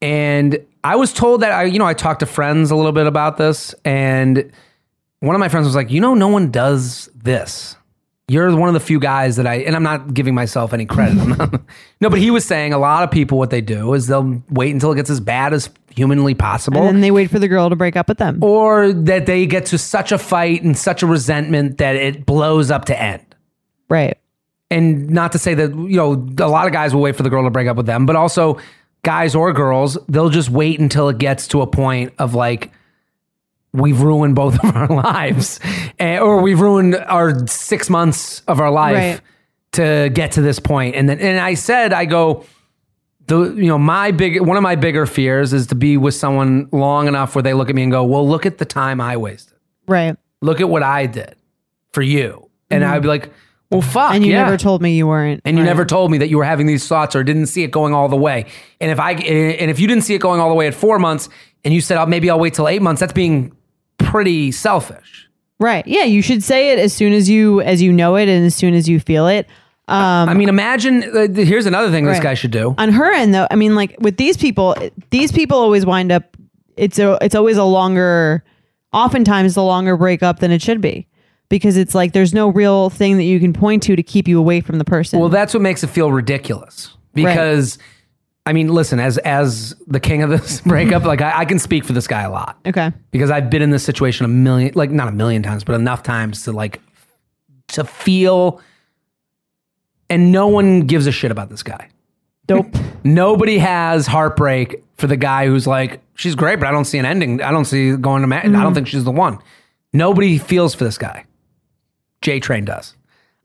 And I was told that I, you know, I talked to friends a little bit about this, and one of my friends was like, you know, no one does this. You're one of the few guys that I, and I'm not giving myself any credit. I'm not- no, but he was saying a lot of people what they do is they'll wait until it gets as bad as humanly possible,
And then they wait for the girl to break up with them.
or that they get to such a fight and such a resentment that it blows up to end
Right.
and not to say that you know a lot of guys will wait for the girl to break up with them but also guys or girls they'll just wait until it gets to a point of like we've ruined both of our lives eh, or we've ruined our six months of our life
Right.
to get to this point and then and i said i go the you know my big one of my bigger fears is to be with someone long enough where they look at me and go well look at the time i wasted
Right.
look at what i did for you and i'd be like well fuck
Mm-hmm. And you
yeah
never told me Ah, you weren't.
and you
Right.
never told me that you were having these thoughts or didn't see it going all the way. And if I and if you didn't see it going all the way at four months, and you said oh, maybe I'll wait till eight months, that's being pretty selfish.
Right. Yeah, you should say it as soon as you as you know it and as soon as you feel it. Um
I mean, imagine. Uh, th- here's another thing this
Right. Um,
guy should do.
on her end though, I mean like with these people, these people always wind up it's a it's always a longer oftentimes the longer breakup than it should be because it's like there's no real thing that you can point to to keep you away from the person.
Well, that's what makes it feel ridiculous because. I mean, listen. As as the king of this breakup, like I, I can speak for this guy a lot
okay.
because I've been in this situation a million, like not a million times, but enough times to like to feel. And no one gives a shit about this guy.
Dope.
nobody has heartbreak for the guy who's like, she's great, but I don't see an ending. I don't see it going to. Ma- I
Mm-hmm.
don't think she's the one. Nobody feels for this guy. J Train does.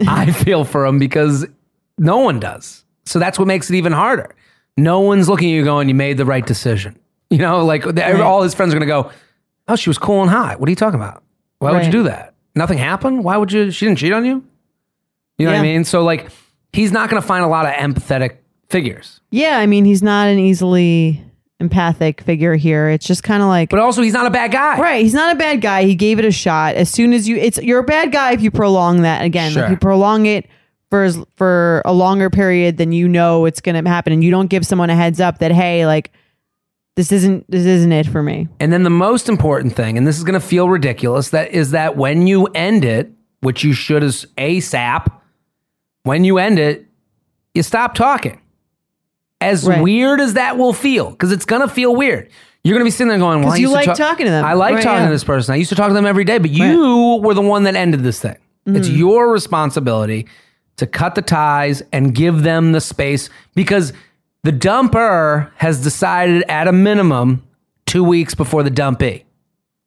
I feel for him because no one does. So that's what makes it even harder. No one's looking at you going, you made the right decision. You know, like the, all his friends are going to go, oh, she was cool and hot. What are you talking about? Why would you
Right.
do that? Nothing happened? Why would you? She didn't cheat on you? You know what I
Yeah.
mean? So, like, he's not going to find a lot of empathetic figures.
yeah, I mean he's not an easily empathic figure here. It's just kind of like
But also, he's not a bad guy.
Right, he's not a bad guy. He gave it a shot. As soon as you, it's you're a bad guy if you prolong that again.
Sure.
If you prolong it for as- for a longer period than you know it's going to happen, and you don't give someone a heads up that hey, like this isn't this isn't it for me.
And then the most important thing, and this is going to feel ridiculous, that is that when you end it, which you should is ASAP, when you end it, you stop talking. As
Right.
weird as that will feel, because it's going to feel weird. You're going to be sitting there going, well, I
'Cause you
used
like
talk-
talking to them.
I like
Right,
talking
yeah.
to this person. I used to talk to them every day, but you were the one that ended this thing. It's
Mm.
your responsibility to cut the ties and give them the space because the dumper has decided at a minimum two weeks before the dumpy.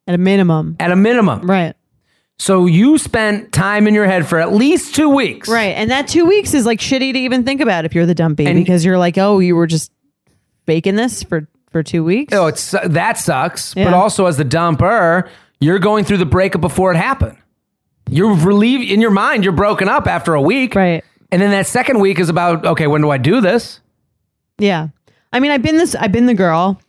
At a minimum,
At a minimum.
right,
So you spent time in your head for at least two weeks.
right, and that two weeks is like shitty to even think about if you're the dumpy because you're like, oh, you were just faking this for for two weeks.
Oh, it's that sucks. But
Yeah.
also as the dumper, you're going through the breakup before it happened. You're relieved in your mind. You're broken up after a week.
right,
And then that second week is about okay, when do I do this?
Yeah. I mean, I've been this I've been the girl.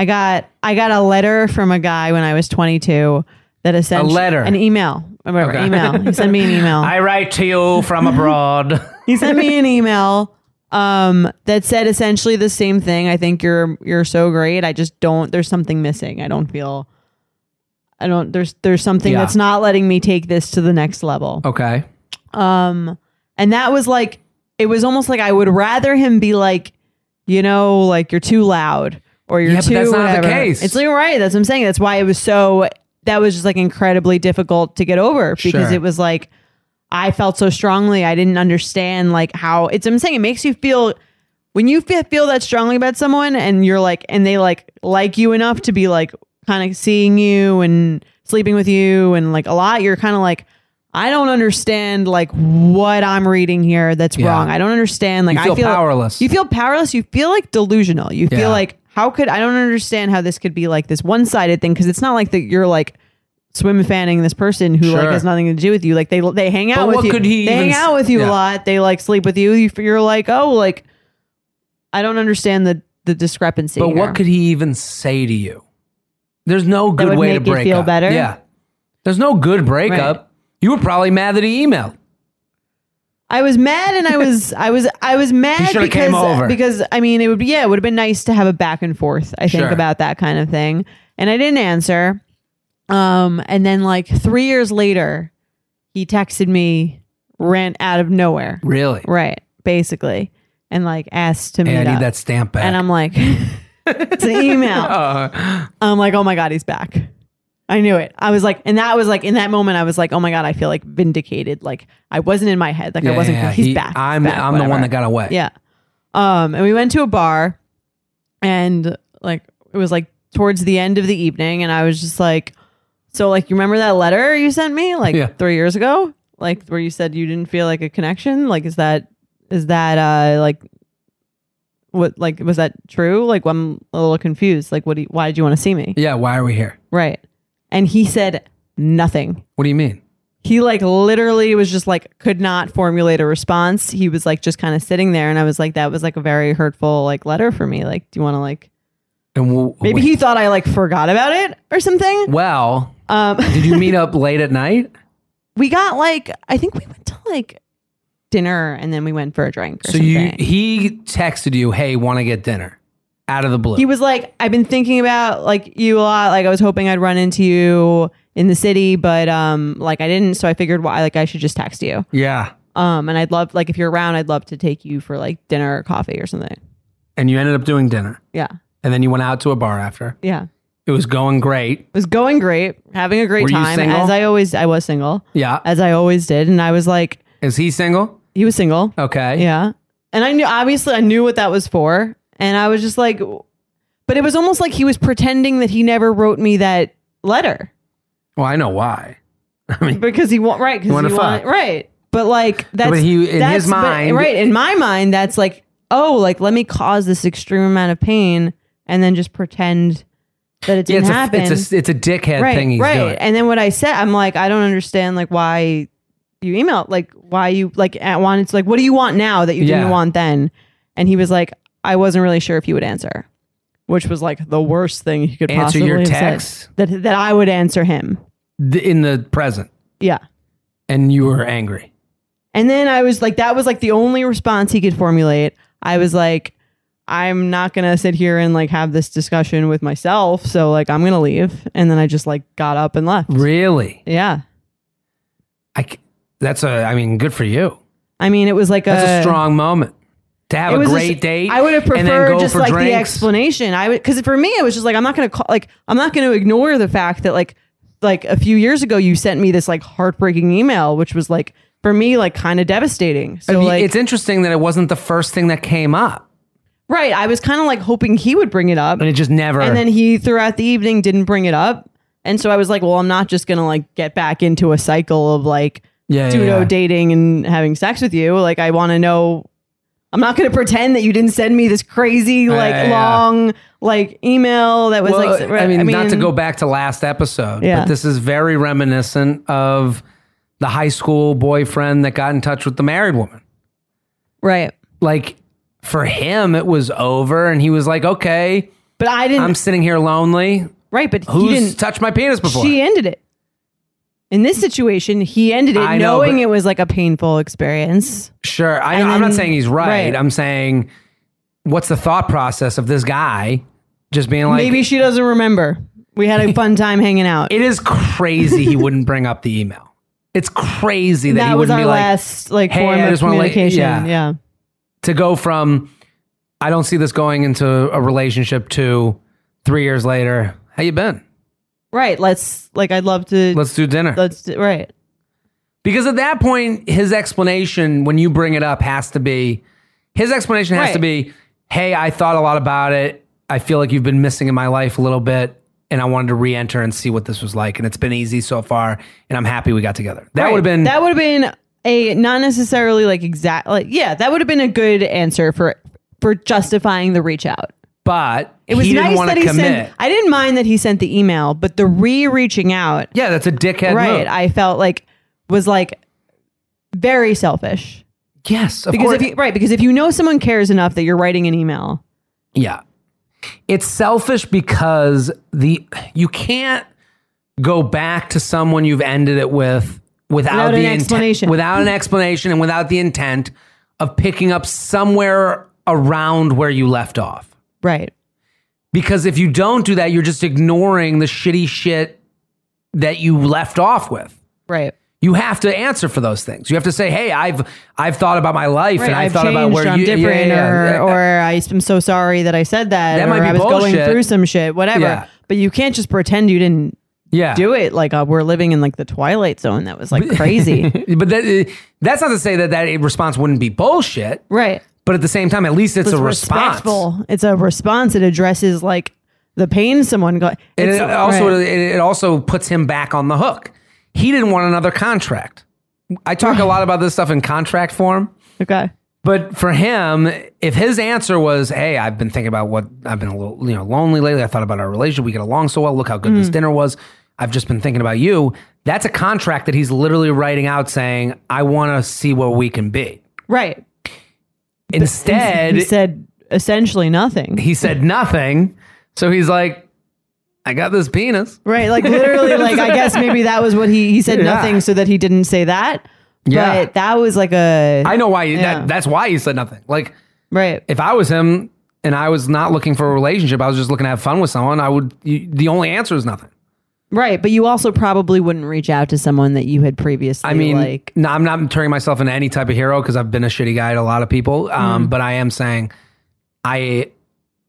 I got I got a letter from a guy when I was 22 that essentially
letter.
an email. Whatever,
Okay.
email. He sent me an email.
I write to you from abroad.
he sent me an email um that said essentially the same thing. I think you're you're so great. I just don't there's something missing. I don't feel I don't there's there's something
Yeah.
that's not letting me take this to the next level.
okay.
Um, and that was like, it was almost like I would rather him be like, you know, like you're too loud or you're
Yeah, but
too.
that's not the
whatever.
case.
It's like right. That's what I'm saying. That's why it was so. That was just like incredibly difficult to get over because
Sure.
it was like I felt so strongly. I didn't understand like how it's. I'm saying it makes you feel when you feel, feel that strongly about someone and you're like and they like like you enough to be like kind of seeing you and sleeping with you and like a lot you're kind of like i don't understand like what i'm reading here that's
Yeah.
wrong i don't understand like
You feel
i feel
powerless.
you feel powerless you feel like delusional you
Yeah.
feel like how could i don't understand how this could be like this one-sided thing because it's not like that you're like swim fanning this person who like
Sure.
has nothing to do with you like they they hang out
But
with
what
you
could he
they
even
hang
s-
out with you a
Yeah.
lot they like sleep with you You- you're like oh like I don't understand the the discrepancy.
But
here.
what could he even say to you? There's no good
would
way to
make you
break
feel
up.
better?
Yeah. There's no good breakup. You were probably mad that he emailed.
I was mad, and I was I was I was mad
should've
because
came over.
because I mean it would be yeah it would have been nice to have a back and forth I think
Sure.
about that kind of thing, and I didn't answer. Um, and then like three years later, he texted me rant out of nowhere,
Really?
right? Basically, and like asked to meet
Hey, I
up.
need that stamp back.
and I'm like, it's an email.
Uh,
I'm like, oh my God, he's back. I knew it. I was like, and that was like, in that moment, I was like, oh my God, I feel like vindicated. Like I wasn't in my head. Like I
yeah,
wasn't,
yeah, yeah.
he's
He-
back. he's
I'm
back,
I'm the one
whatever.
that got away.
Yeah. Um, and we went to a bar and like it was like towards the end of the evening and I was just like so like you remember that letter you sent me like
Yeah.
3 years ago? Like where you said you didn't feel like a connection? Like is that is that uh like what like was that true? Like I'm a little confused. Like what do you, why did you want to see me?
Yeah, why are we here?
Right. And he said nothing
What do you mean?
he like literally was just like could not formulate a response he was like just kind of sitting there and i was like that was like a very hurtful like letter for me like do you want to like
And we'll,
maybe he thought i like forgot about it or something
Well,
um
did you meet up late at night?
we got like i think we went to like dinner and then we went for a drink or
So you
something
he texted you, "Hey, want to get dinner?" Out of the blue.
he was like i've been thinking about like you a lot like i was hoping i'd run into you in the city but um like i didn't so i figured why like i should just text you
yeah.
um and i'd love like if you're around i'd love to take you for like dinner or coffee or something
And you ended up doing dinner.
yeah
And then you went out to a bar after.
Yeah.
It
It
was going great.
was going great, having a great
Were you
time.
single?
As I always I was single.
Yeah.
As I always did. And I was like,
Is he single?
he was single.
Okay.
Yeah. And I knew obviously I knew what that was for. And I was just like but it was almost like he was pretending that he never wrote me that letter.
Well, I know why.
Because he won't right, because
wanna
he want,
fuck.
right. But like that's
but he- in his
that's- but-
mind-
right, in my mind, that's like, oh, like let me cause this extreme amount of pain and then just pretend that it
Yeah,
didn't
it's a,
happen.
it's a it's a dickhead thing he's
right.
doing.
And then what I said, I'm like, I don't understand, like why you emailed, like why you like at wanted to, like what do you want now that you
Yeah.
didn't want then? And he was like, I wasn't really sure if you would answer, which was like the worst thing he could
Answer
possibly
your
have said.
texts?
that that I would answer him.
Th- in the present,
Yeah.
and you were angry.
And then I was like, that was like the only response he could formulate. I was like, I'm not gonna sit here and like have this discussion with myself. So like I'm gonna leave. And then I just like got up and left.
Really?
Yeah.
I. c- That's a. I mean, good for you.
I mean, it was like
That's a strong moment to have
It
a
was
great
just-
date.
I would have
and then
preferred
go
just
for
like the
drinks.
explanation. I would because for me it was just like I'm not gonna call like I'm not gonna ignore the fact that like like a few years ago you sent me this like heartbreaking email which was like for me like kind of devastating. So
I mean,
like
it's interesting that it wasn't the first thing that came up,
right, I was kind of like hoping he would bring it up,
and it just never.
and then he throughout the evening didn't bring it up, and so I was like, well, I'm not just gonna like get back into a cycle of like
yeah, yeah,
pseudo
yeah.
dating and having sex with you. Like, I want to know. I'm not going to pretend that you didn't send me this crazy, like,
yeah, yeah.
long, like, email that was
Well,
like.
I, mean, not to go back to last episode,
Yeah.
but this is very reminiscent of the high school boyfriend that got in touch with the married woman.
Right.
Like for him, it was over, and he was like, "Okay,
But I didn't.
I'm sitting here lonely.
right. But he
Who's
didn't.
touched my penis before?"
She ended it. In this situation, he ended it
I know,
knowing
but-
it was like a painful experience.
Sure. I,
And
I'm
then-
not saying he's right.
right.
I'm saying what's the thought process of this guy just being like,
Maybe she doesn't remember. We had a fun time hanging out.
it is crazy he wouldn't bring up the email. It's crazy that, he
that was
wouldn't
our
be
last like
"Hey,
form
I
of
just wanna let-
communication.
yeah.
yeah.
like to go from I don't see this going into a relationship to three years later. How you been?
Right. Let's like I'd love to let's,
Let's do dinner.
do- right.
Because at that point, his explanation when you bring it up has to be his explanation has
Right.
to be, "Hey, I thought a lot about it. I feel like you've been missing in my life a little bit, and I wanted to re-enter and see what this was like. And it's been easy so far, and I'm happy we got together." That
Right.
would have been
That would have been a not necessarily like exact like yeah, that would have been a good answer for for justifying the reach out.
but
It was
he didn't
nice
want
that
to
he
commit.
sent I didn't mind that he sent the email, but the re reaching out
yeah, that's a dickhead
right,
move.
I felt like was like very selfish.
yes, of
Because
course.
if you right, because if you know someone cares enough that you're writing an email,
Yeah. It's selfish because the you can't go back to someone you've ended it with without,
Without
the
an
inten-
explanation.
without an explanation and without the intent of picking up somewhere around where you left off.
right.
Because if you don't do that, you're just ignoring the shitty shit that you left off with.
Right.
You have to answer for those things. You have to say, "Hey, I've I've thought about my life
Right,
and I've,
I've,
thought
changed.
about where
I'm
you yeah,
different,
yeah, yeah.
or, or I, am so sorry that I said that.
That
or
might be
I was going
bullshit.
through some shit, whatever.
Yeah.
But you can't just pretend you didn't
yeah.
do it. Like uh, we're living in like the twilight zone. That was like crazy,
but that, eh, that's not to say that that response wouldn't be bullshit.
right?
But at the same time, at least it's, a response.
respectful. It's a response. It addresses like the pain someone got.
And
It's-
it also
right.
it, it also puts him back on the hook. He didn't want another contract. I talk a lot about this stuff in contract form,
okay.
but for him, if his answer was, "Hey, I've been thinking about what I've been a little you know lonely lately. I thought about our relationship. We get along so well. Look how good
Mm.
this dinner was. I've just been thinking about you." That's a contract that he's literally writing out, saying, "I want to see what we can be."
Right.
Instead,
He said essentially nothing.
he said nothing. So he's like, I got this penis.
Right. Like literally. like I guess maybe that was what he he said
Yeah.
nothing so that he didn't say that.
Yeah.
But that was like a
I know why.
Yeah.
That, that's why he said nothing. Like,
right.
if I was him and I was not looking for a relationship, I was just looking to have fun with someone, I would, you, the only answer is nothing.
Right, but you also probably wouldn't reach out to someone that you had previously.
I mean,
like,
no, I'm not turning myself into any type of hero because I've been a shitty guy to a lot of people.
Mm-hmm.
Um, But I am saying, I,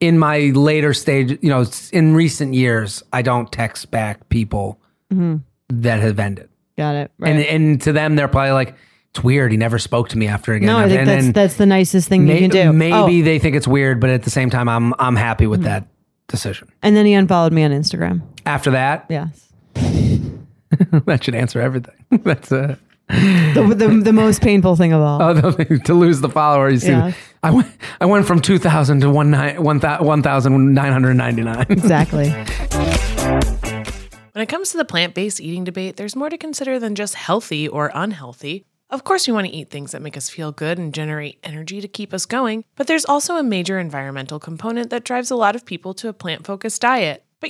in my later stage, you know, s- in recent years, I don't text back people
Mm-hmm.
that have ended.
got it. Right.
And and to them, they're probably like, it's weird. He never spoke to me after again.
no, I think
and
that's
then
that's the nicest thing
may-
you can do.
Maybe
Oh, Mm-hmm.
they think it's weird, but at the same time, I'm I'm happy with that decision.
and then he unfollowed me on Instagram.
After that,
Yes,
that should answer everything. that's uh,
the, the, the most painful thing of all.
other thing, to lose the follower. You see,
Yeah.
I went I went from two thousand to one nine one thousand nine hundred ninety nine.
exactly.
When it comes to the plant based eating debate, there's more to consider than just healthy or unhealthy. Of course, we want to eat things that make us feel good and generate energy to keep us going, but there's also a major environmental component that drives a lot of people to a plant focused diet. But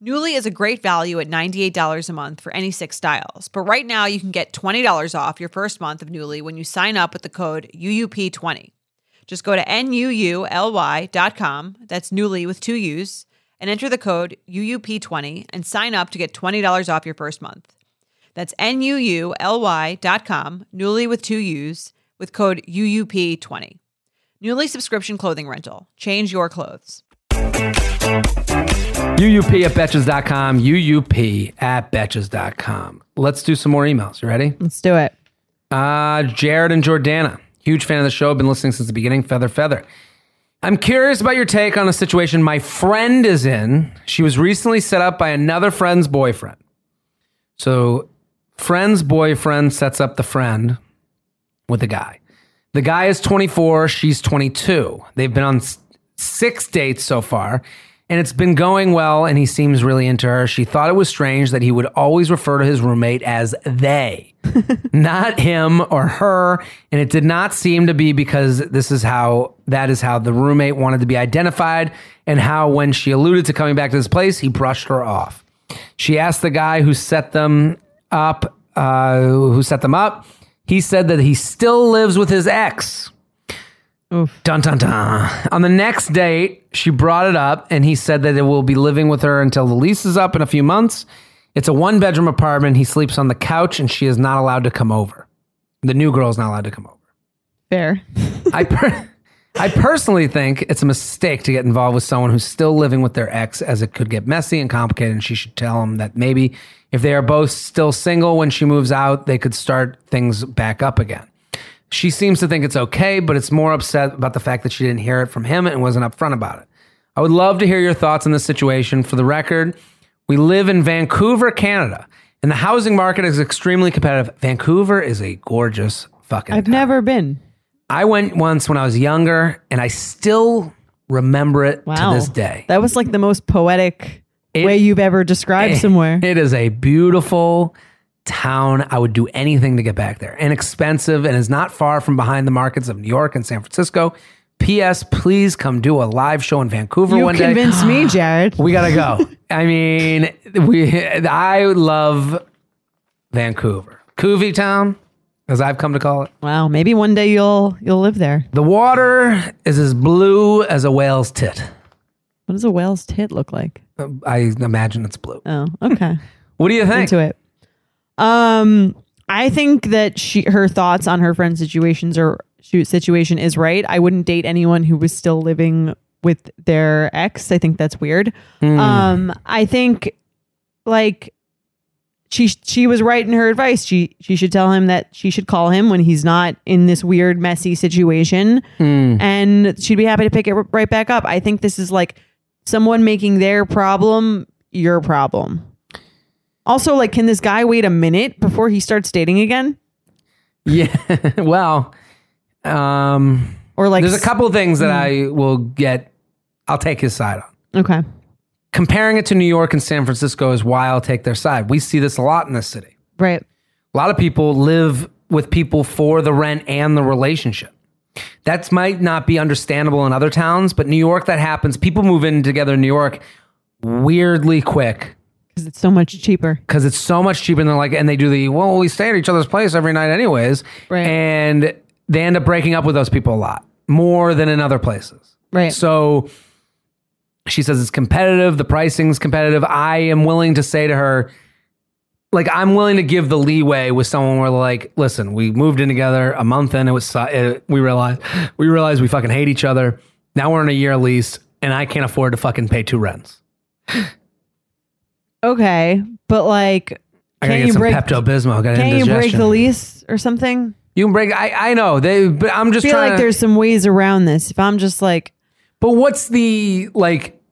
Newly is a great value at $98 a month for any six styles, but right now you can get $20 off your first month of Newly when you sign up with the code UUP20. Just go to NUULY.com, that's Newly with two U's, and enter the code UUP20 and sign up to get $20 off your first month. That's NUULY.com, Newly with two U's, with code UUP20. Newly subscription clothing rental. Change your clothes.
UUP at betches.com. UUP at betches.com. Let's do some more emails. You ready?
Let's do it.
Uh, Jared and Jordana. Huge fan of the show. Been listening since the beginning. Feather, feather. I'm curious about your take on a situation my friend is in. She was recently set up by another friend's boyfriend. So, friend's boyfriend sets up the friend with a guy. The guy is 24, she's 22. They've been on s- six dates so far, and it's been going well, and he seems really into her. She thought it was strange that he would always refer to his roommate as they, not him or her, and it did not seem to be because this is how that is how the roommate wanted to be identified, and how when she alluded to coming back to this place, he brushed her off. She asked the guy who set them up, uh, who set them up. He said that he still lives with his ex. Dun dun dun. On the next date, she brought it up, and he said that it will be living with her until the lease is up in a few months. It's a one bedroom apartment. He sleeps on the couch, and she is not allowed to come over. The new girl is not allowed to come over.
Fair.
I per- I personally think it's a mistake to get involved with someone who's still living with their ex, as it could get messy and complicated. And she should tell him that maybe if they are both still single when she moves out, they could start things back up again. She seems to think it's okay, but it's more upset about the fact that she didn't hear it from him and wasn't upfront about it. I would love to hear your thoughts on this situation. For the record, we live in Vancouver, Canada, and the housing market is extremely competitive. Vancouver is a gorgeous fucking.
I've
town.
never been.
I went once when I was younger, and I still remember it
Wow.
to this day.
That was like the most poetic
It-
way you've ever described somewhere.
It is a beautiful town. I would do anything to get back there. Inexpensive and is not far from behind the markets of New York and San Francisco. P.S. Please come do a live show in Vancouver
You
one day.
convinced me, Jared.
we gotta go. I mean, we. I love Vancouver, Coovey Town, as I've come to call it.
Wow, maybe one day you'll you'll live there.
The water is as blue as a whale's tit.
What does a whale's tit look like?
I imagine it's blue.
Oh, okay.
What do you think?
Into it. Um, I think that she her thoughts on her friend's situations or shoot situation is right. I wouldn't date anyone who was still living with their ex. I think that's weird. Um, I think like she she was right in her advice. She she should tell him that she should call him when he's not in this weird messy situation, and she'd be happy to pick it right back up. I think this is like someone making their problem your problem. Also, like, can this guy wait a minute before he starts dating again?
Yeah. well, um,
Or like, mm.
there's a couple things that I will get. I'll take his side on.
Okay,
Comparing it to New York and San Francisco is why I'll take their side. We see this a lot in this city.
right.
A lot of people live with people for the rent and the relationship. That might not be understandable in other towns, but New York, that happens. People move in together in New York weirdly quick.
Because it's so much cheaper.
because it's so much cheaper than like, and they do the well, we stay at each other's place every night, anyways,
Right.
and they end up breaking up with those people a lot more than in other places.
Right.
So she says it's competitive. The pricing's competitive. I am willing to say to her, like, I'm willing to give the leeway with someone where like, listen, we moved in together a month in. It was su- it, we realized we realized we fucking hate each other. Now we're in a year lease, and I can't afford to fucking pay two rents.
Okay, but like,
I gotta
can
get
you
some
break?
Pepto Bismol.
Can you break the lease or something?
You can break. I, I know they, but I'm
I
just
feel
trying.
like
to,
there's some ways around this. If I'm just like,
but what's the like?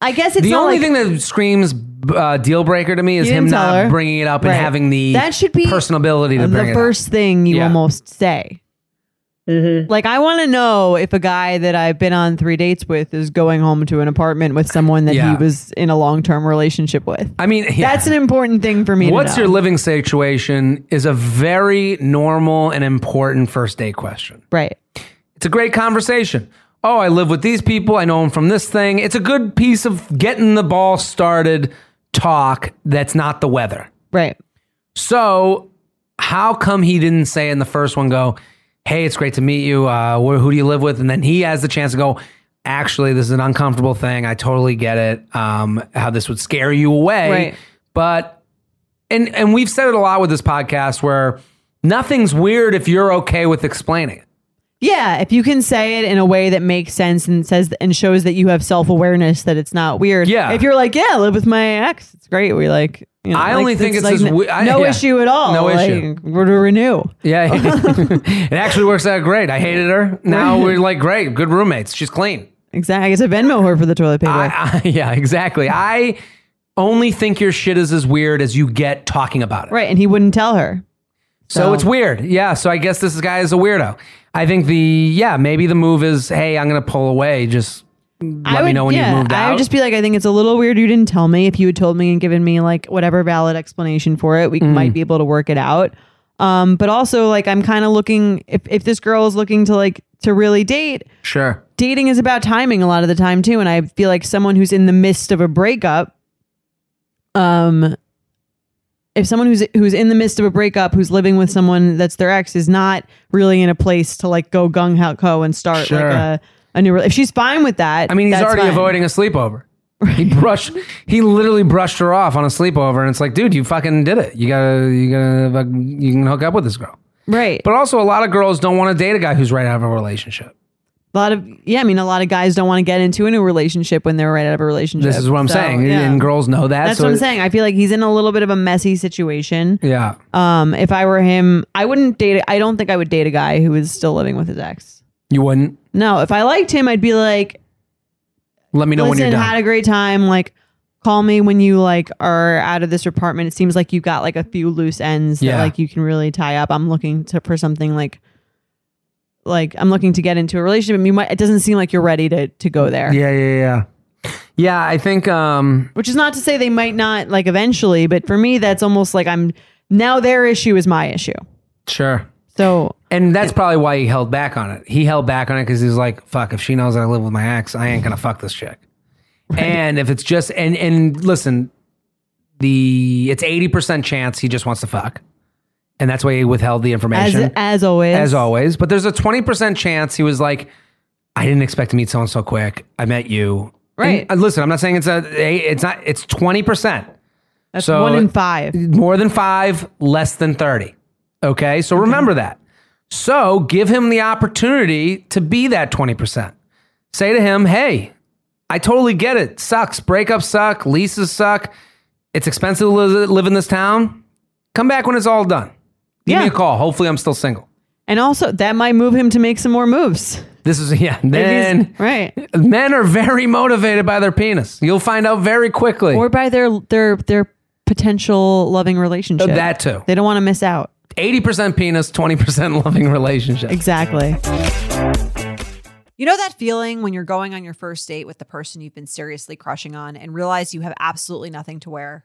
I guess it's
the
not
only
like-
thing that screams uh, deal breaker to me is
You
him
didn't tell
not
her.
bringing it up
Right.
and having the
That should be
personal ability to
the
bring it
first thing you
Yeah.
almost say. Like I want to know if a guy that I've been on three dates with is going home to an apartment with someone that
Yeah.
he was in a long term relationship with.
up. I mean, yeah.
That's an important thing for me.
What's
to
your
know.
living situation is a very normal and important first date question.
right?
It's a great conversation. Oh, I live with these people. I know them from this thing. It's a good piece of getting the ball started talk that's not the weather.
Right.
So, how come he didn't say in the first one, go, hey, it's great to meet you. Uh, wh- who do you live with? And then he has the chance to go, actually, this is an uncomfortable thing. I totally get it. Um, how this would scare you away.
Right.
But, and, and we've said it a lot with this podcast where nothing's weird if you're okay with explaining it.
Yeah, if you can say it in a way that makes sense and says and shows that you have self awareness that it's not weird.
Yeah.
If you're like, yeah, I live with my ex, it's great. We like, you know,
I
like,
only think it's
like
this
n-
we- I-
no
yeah.
issue at all.
No
Like,
issue.
We're to renew.
Yeah. it actually works out great. I hated her. Now we're like, great, good roommates. She's clean.
Exactly. I guess I Venmo her for the toilet paper.
I, I, yeah, exactly. I only think your shit is as weird as you get talking about it.
right, and he wouldn't tell her.
So it's weird. Yeah. So I guess this guy is a weirdo. I think the, yeah, maybe the move is, hey, I'm going to pull away. Just let
I
me know when
yeah,
you've moved out.
I would just be like, I think it's a little weird you didn't tell me. If you had told me and given me like whatever valid explanation for it, we
Mm.
might be able to work it out. Um, but also like I'm kind of looking if if this girl is looking to like to really date,
sure.
dating is about timing a lot of the time too and i feel like someone who's in the midst of a breakup um if someone who's who's in the midst of a breakup who's living with someone that's their ex is not really in a place to like go gung ho co and start
Sure.
like a, a new re- if she's fine with that
I mean, he's
that's
already
fine.
avoiding a sleepover. He brushed, he literally brushed her off on a sleepover. And it's like, dude, you fucking did it. You gotta, you gotta, you can hook up with this girl.
right
But also, a lot of girls don't want to date a guy who's right out of a relationship.
a lot of yeah i mean a lot of guys don't want to get into a new relationship when they're right out of a relationship
This is what I'm
So,
saying,
yeah.
and girls know that.
that's
so
what i'm
it-
saying i feel like he's in a little bit of a messy situation
Yeah,
Um, if I were him, I wouldn't date. I don't think I would date a guy who is still living with his ex.
you wouldn't.
No, if I liked him, I'd be like,
Let me know when
listen,
you're done.
had a great time. Like, call me when you like are out of this apartment. It seems like you got like a few loose ends
Yeah.
that like you can really tie up. I'm looking to for something like, like I'm looking to get into a relationship. You might. It doesn't seem like you're ready to to go there.
yeah, yeah, yeah, yeah. I think. um
Which is not to say they might not like eventually, but for me, that's almost like I'm now their issue is my issue.
Sure.
So
And that's probably why he held back on it. He held back on it because he's like, "Fuck! If she knows that I live with my ex, I ain't gonna fuck this chick." And if it's just and and listen, the it's eighty percent chance he just wants to fuck, and that's why he withheld the
as
information.
as always,
as always. But there's a 20% chance he was like, I didn't expect to meet someone so quick. I met you.
Right.
And, uh, listen, I'm not saying it's a, it's not, it's 20%.
That's
So-
one in five.
More than five, less than 30. Okay. So remember that. So give him the opportunity to be that 20%. Say to him, hey, I totally get it. Sucks. Breakups suck. Leases suck. It's expensive to li- live in this town. Come back when it's all done. Give me
Yeah.
a call. Hopefully, I'm still single.
And also, that might move him to make some more moves.
This is yeah. Then
If he's- right.
men are very motivated by their penis. You'll find out very quickly.
Or by their their their potential loving relationship.
that too.
They don't want to miss out.
Eighty percent penis, twenty percent loving relationship.
Exactly.
You know that feeling when you're going on your first date with the person you've been seriously crushing on and realize you have absolutely nothing to wear?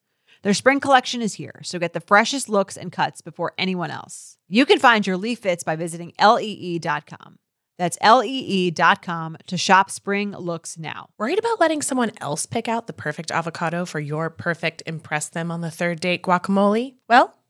Their spring collection is here, so get the freshest looks and cuts before anyone else. You can find your Lee fits by visiting E lee.com. That's E lee.com to shop spring looks now.
Worried about letting someone else pick out the perfect avocado for your perfect impress them on the third date guacamole? Well,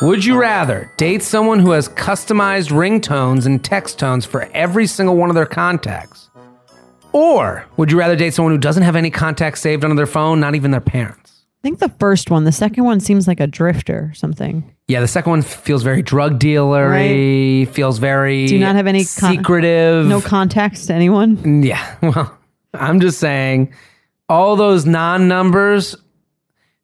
Would you rather date someone who has customized ringtones and text tones for every single one of their contacts? Or would you rather date someone who doesn't have any contacts saved on their phone, not even their parents?
think the first one. The second one seems like a drifter or something.
Yeah, the second one feels very drug dealery, feels very
Do you not have any con-
secretive.
No contacts to anyone.
Yeah, well, I'm just saying all those non numbers,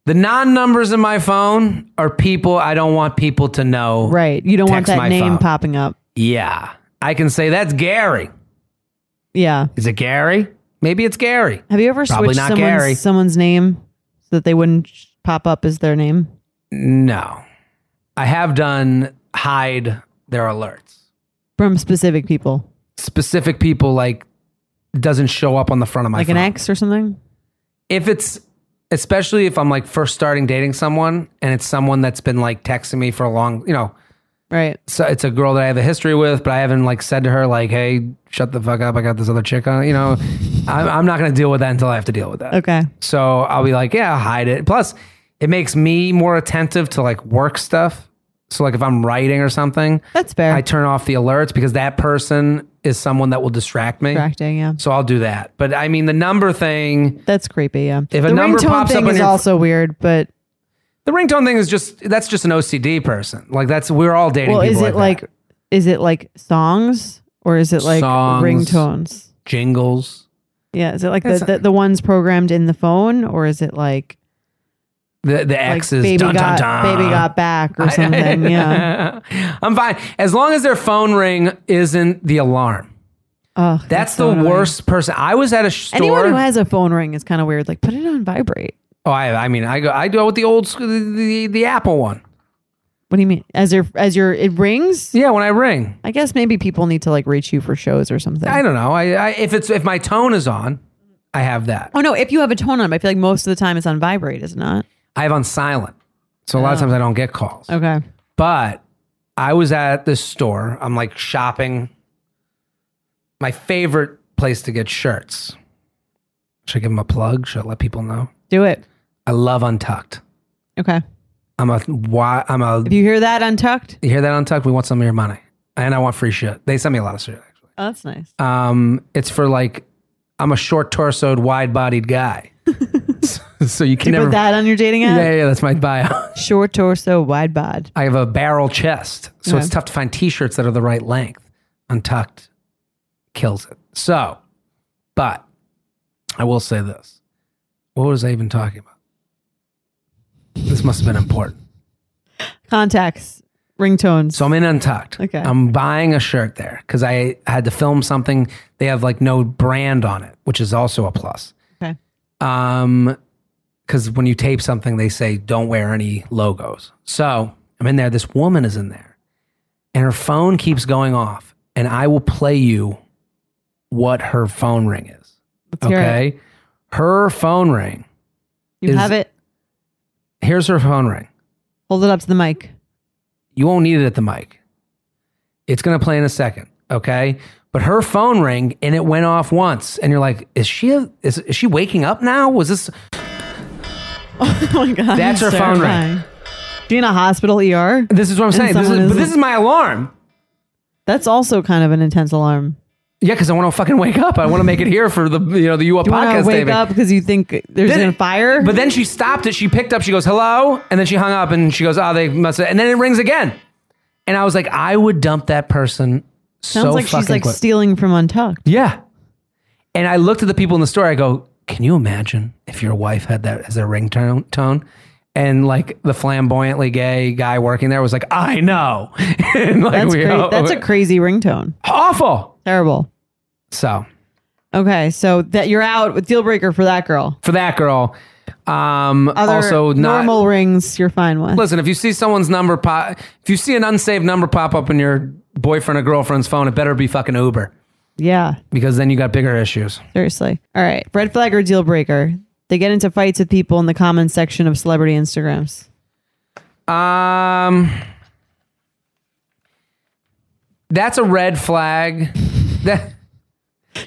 the non numbers in my phone are people I don't want people to know.
Right. You don't want
Text
that
my
name
phone.
popping up.
Yeah. I can say that's Gary.
Yeah.
Is it Gary? Maybe it's Gary.
Have you ever
Probably
switched
not
someone's,
Gary.
someone's name so that they wouldn't sh- pop up as their name?
No. I have done hide their alerts.
From specific people.
Specific people like doesn't show up on the front of my
like
phone.
an ex or something?
if it's especially if I'm like first starting dating someone and it's someone that's been like texting me for a long, you know,
Right.
so it's a girl that I have a history with, but I haven't like said to her like, "Hey, shut the fuck up! I got this other chick on." You know, I'm, I'm not going to deal with that until I have to deal with that.
Okay.
So I'll be like, "Yeah, I'll hide it." Plus, it makes me more attentive to like work stuff. So like if I'm writing or something,
That's fair.
I turn off the alerts because that person is someone that will distract me.
Distracting, yeah.
So I'll do that. But I mean, the number thing,
That's creepy, yeah.
If
the
a number
ringtone
pops up
thing
on
is
your-
also weird, but
the ringtone thing is just that's just an OCD person. Like that's we're all dating.
well,
people
is it
that.
like, is it like songs or is it like
Songs.
ringtones?
jingles?
Yeah, is it like the,
That's-
the the ones programmed in the phone or is it like
The the
like
X's
baby
dun, dun,
got
dun.
baby got back or something? yeah.
I'm fine. As long as their phone ring isn't the alarm.
Ugh,
That's,
so
the
annoying.
worst person. I was at a
Anyone
store.
who has a phone ring is kind of weird. Like, put it on vibrate.
oh, I, I mean, I go, I go with the old school, the, the, the Apple one.
What do you mean? As your as your it rings?
Yeah, when I ring,
I guess maybe people need to like reach you for shows or something.
I don't know. I, I if it's if my tone is on, I have that.
oh no, if you have a tone on, I feel like most of the time it's on vibrate, is it not?
I have on silent, so a lot of times I don't get calls.
Oh. Okay.
But I was at this store. I'm like shopping. My favorite place to get shirts. Should I give them a plug? Should I let people know?
Do it.
I love Untucked.
Okay.
I'm a why I'm a
If you hear that untucked,
you hear that Untucked? We want some of your money, and I want free shit. They send me a lot of shit. Actually,
oh, that's nice.
um, it's for like I'm a short torsoed, wide bodied guy, so, so you can
You
never.
put that on your dating
yeah,
app.
yeah, yeah, that's my bio.
Short torso, wide bod.
I have a barrel chest, so it's
Okay.
tough to find T-shirts that are the right length. Untucked kills it. So, but I will say this: What was I even talking about? This must have been important.
Contacts, ringtones.
So I'm in Untucked.
Okay.
I'm buying a shirt there because I had to film something. They have like no brand on it, which is also a plus.
Okay.
Um, because when you tape something, they say don't wear any logos. So I'm in there. This woman is in there, and her phone keeps going off. And I will play you what her phone ring is.
Let's hear it.
okay. Her phone ring.
You
Is-
have it.
Here's her phone ring.
Hold it up to the mic.
You won't need it at the mic. It's going to play in a second, okay? But her phone rang and it went off once, and you're like, "Is she is, is she waking up now? Was this?"
Oh my god.
That's her
it's
phone ring.
terrifying. Do you in a hospital ER?
This is what I'm saying. This
someone
is, but
is-
this is my alarm.
That's also kind of an intense alarm.
Yeah, because I want to fucking wake up. I want to make it here for the you know the UA
You want
podcast.
to wake
David.
up because you think there's
Then
a
it-
fire.
But then she stopped it. She picked up. She goes, "Hello," and then she hung up and she goes, "Oh, they must." have-" And then it rings again, and I was like, "I would dump that person."
sounds
so
like
fucking
she's like
quick.
stealing from Untucked.
Yeah. And I looked at the people in the store. I go, Can you imagine if your wife had that as a ringtone tone? And like the flamboyantly gay guy working there was like, I know. And, like,
That's
we
cra-
all-
that's a crazy ringtone.
awful.
Terrible.
So
Okay, so that you're out with deal breaker for that girl.
for that girl, um,
Other
also not
normal rings, you're fine with.
Listen, if you see someone's number pop, if you see an unsaved number pop up in your boyfriend or girlfriend's phone, it better be fucking Uber
yeah,
because then you got bigger issues.
seriously. All right, red flag or deal breaker? They get into fights with people in the comments section of celebrity Instagrams.
Um, that's a red flag. That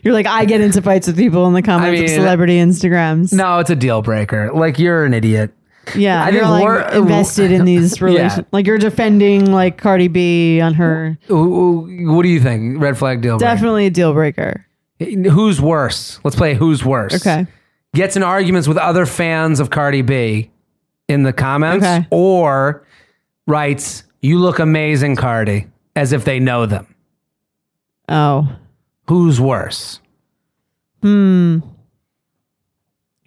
You're like, I get into fights with people in the comments of
mean,
celebrity Instagrams.
no, it's a deal breaker. Like you're an idiot.
yeah,
I
you're
think
like
we're-
invested in these relations. Like you're defending like Cardi B on her.
Who- who- What do you think? Red flag deal breaker.
Definitely a deal breaker.
Who's worse? Let's play who's worse.
Okay.
gets in arguments with other fans of Cardi B in the comments
Okay.
or writes, You look amazing, Cardi, as if they know them.
Oh,
Who's worse?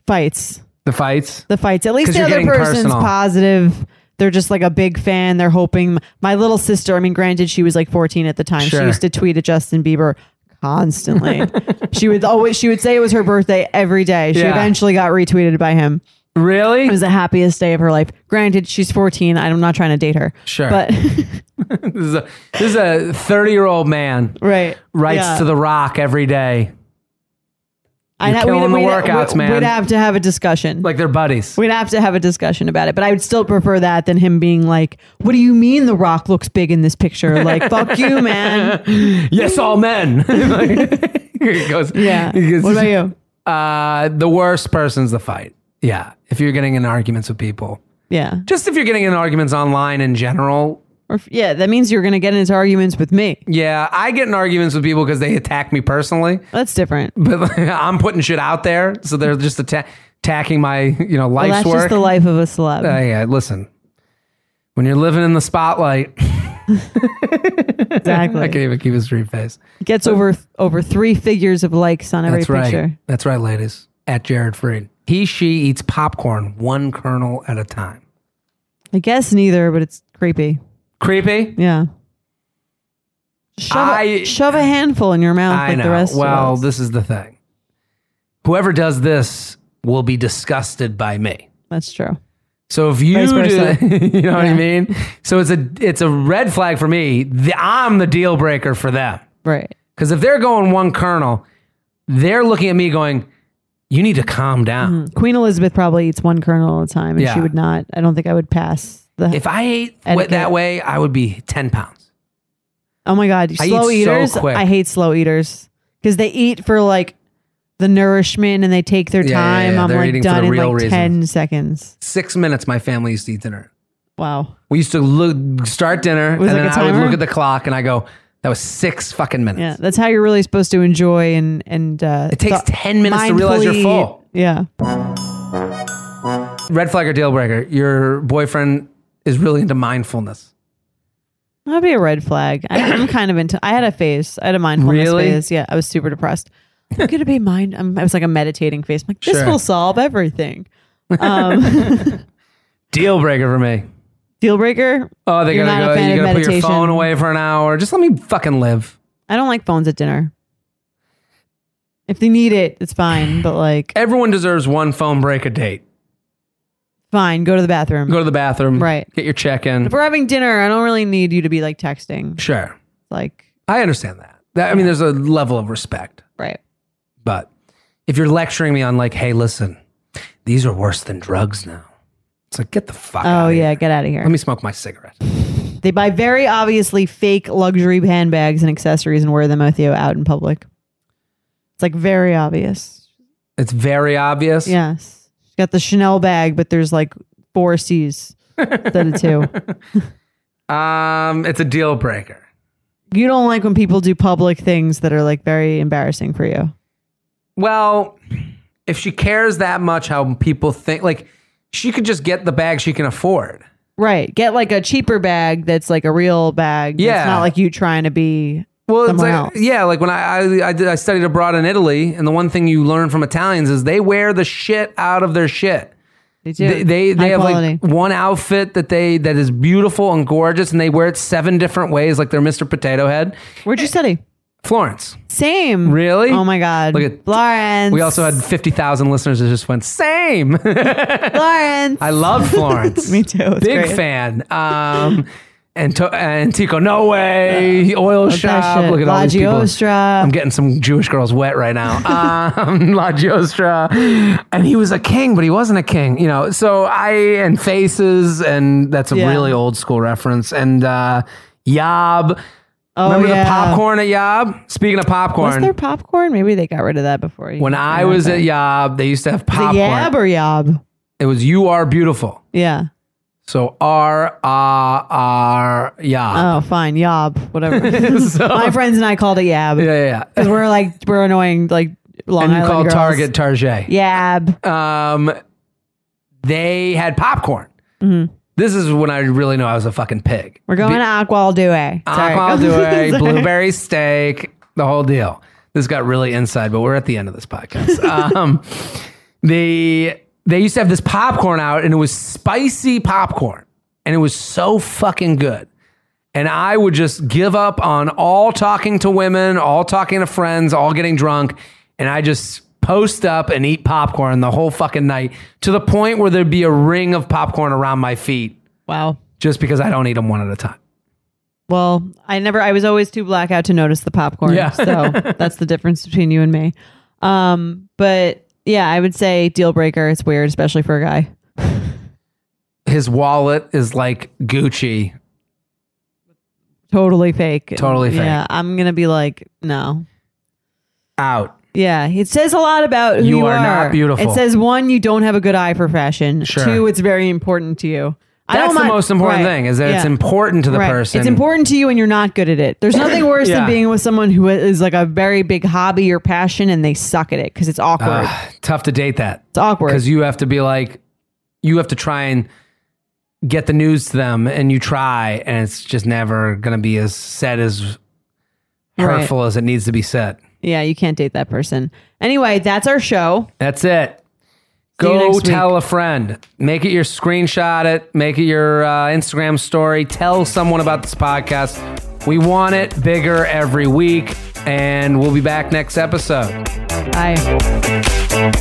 fights.
The fights?
the fights. At least
'Cause
the
you're
other
getting
person's
personal.
positive. They're just like a big fan. They're hoping my little sister. I mean, granted, she was like 14 at the time.
Sure.
She used to tweet at Justin Bieber constantly. she would always she would say it was her birthday every day. She
Yeah.
eventually got retweeted by him.
Really?
It was the happiest day of her life. Granted, she's 14. I'm not trying to date her.
Sure.
But
this is a this is a 30 year old man
right.
writes
Yeah.
to The Rock every day,
I'd
You're
ha- we'd-
killing the
we'd-
workouts,
we'd-
man.
We'd have to have a discussion.
like they're buddies.
We'd have to have a discussion about it, but I would still prefer that than him being like, "What do you mean the Rock looks big in this picture?" Like, "Fuck you, man."
yes, all men. Like, he goes,
Yeah.
he goes,
What about you?
Uh, the worst person's the fight. Yeah. If you're getting in arguments with people,
Yeah.
just if you're getting in arguments online in general,
Or if- yeah, that means you're going to get into arguments with me.
Yeah, I get in arguments with people because they attack me personally,
That's different.
but like, I'm putting shit out there, so they're just atta- attacking my you know
Well,
life's
that's
work.
just the life of a celeb.
Uh, yeah, listen, when you're living in the spotlight, I can't
exactly.
even keep a straight face.
Gets over over three figures of likes on every
That's right.
picture.
That's right, ladies. At Jared Freed, he she eats popcorn one kernel at a time.
I guess neither, but it's creepy.
Creepy.
Yeah. Shove,
I-
a, shove a handful in your mouth
I
like
know.
the rest
well,
of us.
this is the thing. Whoever does this will be disgusted by me.
That's true.
So if you
Vice
do,
versa.
that- you know what I
Yeah.
mean. So it's a it's a red flag for me. The, I'm the deal breaker for them
Right.
because if they're going one kernel, they're looking at me going, "You need to calm down."
Um, Queen Elizabeth probably eats one kernel at a time, and
Yeah.
she would not. I don't think I would pass the.
If I ate
Etiquette.
that way, I would be ten pounds.
oh my god,
I eat
slow
so
eaters!
quick.
I hate slow eaters because they eat for like the nourishment and they take their
Yeah, yeah,
time.
yeah.
I'm
They're
like
eating for the
done in
real
like
reason.
ten seconds.
Six minutes, my family used to eat dinner.
Wow.
We used to look, start dinner, and
Was it
then
like a
I would
timer?
look at the clock and I go, "That was six fucking minutes."
Yeah, that's how you're really supposed to enjoy and and uh,
It takes 10 minutes to realize you're
mindfully-
full.
Yeah,
Red flag or deal breaker? Your boyfriend is really into mindfulness.
that'd be a red flag. I, I'm kind of into. I had a phase. I had a mindfulness
Really?
phase. Yeah, I was super depressed. I'm gonna be mind. I'm, I was like a meditating phase. I'm like this
Sure.
will solve everything. Um,
Deal breaker for me.
deal breaker.
Oh, they
You're
gotta
not
go.
a fan
You
of
gotta put your
meditation.
phone away for an hour. Just let me fucking live.
I don't like phones at dinner. If they need it, it's fine. But like,
Everyone deserves one phone break a date.
fine, go to the bathroom.
Go to the bathroom.
Right.
Get your check in.
if we're having dinner, I don't really need you to be like texting.
Sure.
Like,
I understand that. that I mean, there's a level of respect.
right?
But if you're lecturing me on, like, hey, listen, these are worse than drugs now, it's like, get the fuck
Oh
outta
yeah,
here.
get out of here.
Let me smoke my cigarette.
They buy very obviously fake luxury handbags and accessories and wear them with you out in public. It's like very obvious.
It's very obvious.
Yes. She's got the Chanel bag, but there's like four C's instead of two.
Um, it's a deal breaker.
You don't like when people do public things that are like very embarrassing for you.
Well, if she cares that much how people think, like, she could just get the bag she can afford.
Right. Get like a cheaper bag that's like a real bag. It's
Yeah.
not like you trying to be
Well, it's
somewhere
like,
else.
yeah, like when I I, I, did, I studied abroad in Italy, and the one thing you learn from Italians is they wear the shit out of their shit.
They do.
They they, they
High
have
quality.
like one outfit that they that is beautiful and gorgeous, and they wear it seven different ways, like they're Mr. Potato Head.
Where'd you study?
Florence.
Same.
Really?
Oh my God.
Look at-
Lawrence.
We also had fifty thousand listeners that just went same.
Lawrence.
I love Florence.
Me too. It's
Big
great.
fan. Um, and to, and Tico, no way. Oil
that
shop.
shit.
Look at
La
all these people. Um,
Giostra.
I'm getting some Jewish girls wet right now. Um, La Giostra. And he was a king, but he wasn't a king. You know. So I and faces, and that's a
Yeah.
really old school reference. And uh, Yob.
Oh,
Remember
yeah.
the popcorn at Yob? Speaking of popcorn,
Was there popcorn? Maybe they got rid of that before.
when I was at Yob, they used to have
the
popcorn.
Yab or Yob?
It was you are beautiful.
Yeah.
So R R R yeah.
Oh, fine. Yob. Whatever.
Uh, so,
My friends and I called it Yab
yeah, yeah, yeah.
because we're like we're annoying like Long
And you
Island
call
girls.
Target Target.
Yab.
Um, they had popcorn. This is when I really know I was a fucking pig.
We're going to Aqua al Due. Sorry.
Aqua
Sorry.
Due, blueberry steak, the whole deal. This got really inside, but we're at the end of this podcast. um, the they used to have this popcorn out, and it was spicy popcorn, and it was so fucking good. And I would just give up on all talking to women, all talking to friends, all getting drunk, and I just post up and eat popcorn the whole fucking night to the point where there'd be a ring of popcorn around my feet
Wow.
just because I don't eat them one at a time.
Well, I never. I was always too blackout to notice the popcorn.
Yeah.
so that's the difference between you and me. Um, but yeah, I would say deal breaker. It's weird, especially for a guy.
his wallet is like Gucci.
Totally fake.
Totally fake.
Yeah, I'm gonna be like, no.
Out.
Yeah, it says a lot about who you,
You are not beautiful.
It says one, you don't have a good eye for fashion.
Sure.
Two, it's very important to you. I
That's
don't
the
mind-
most important
Right.
thing is that it's
Yeah.
important to the
Right.
person.
It's important to you and you're not good at it. There's nothing worse
Yeah.
than being with someone who is like a very big hobby or passion and they suck at it because it's awkward.
Ah, tough to date that
it's awkward.
because you have to be like, you have to try and get the news to them, and you try, and it's just never going to be as said as
Right.
hurtful as it needs to be said.
Yeah, you can't date that person. Anyway, that's our show.
That's it.
See you
Go
next week.
tell a friend. Make it your screenshot it. Make it your uh, Instagram story. Tell someone about this podcast. We want it bigger every week, and we'll be back next episode.
Bye.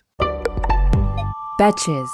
Betches.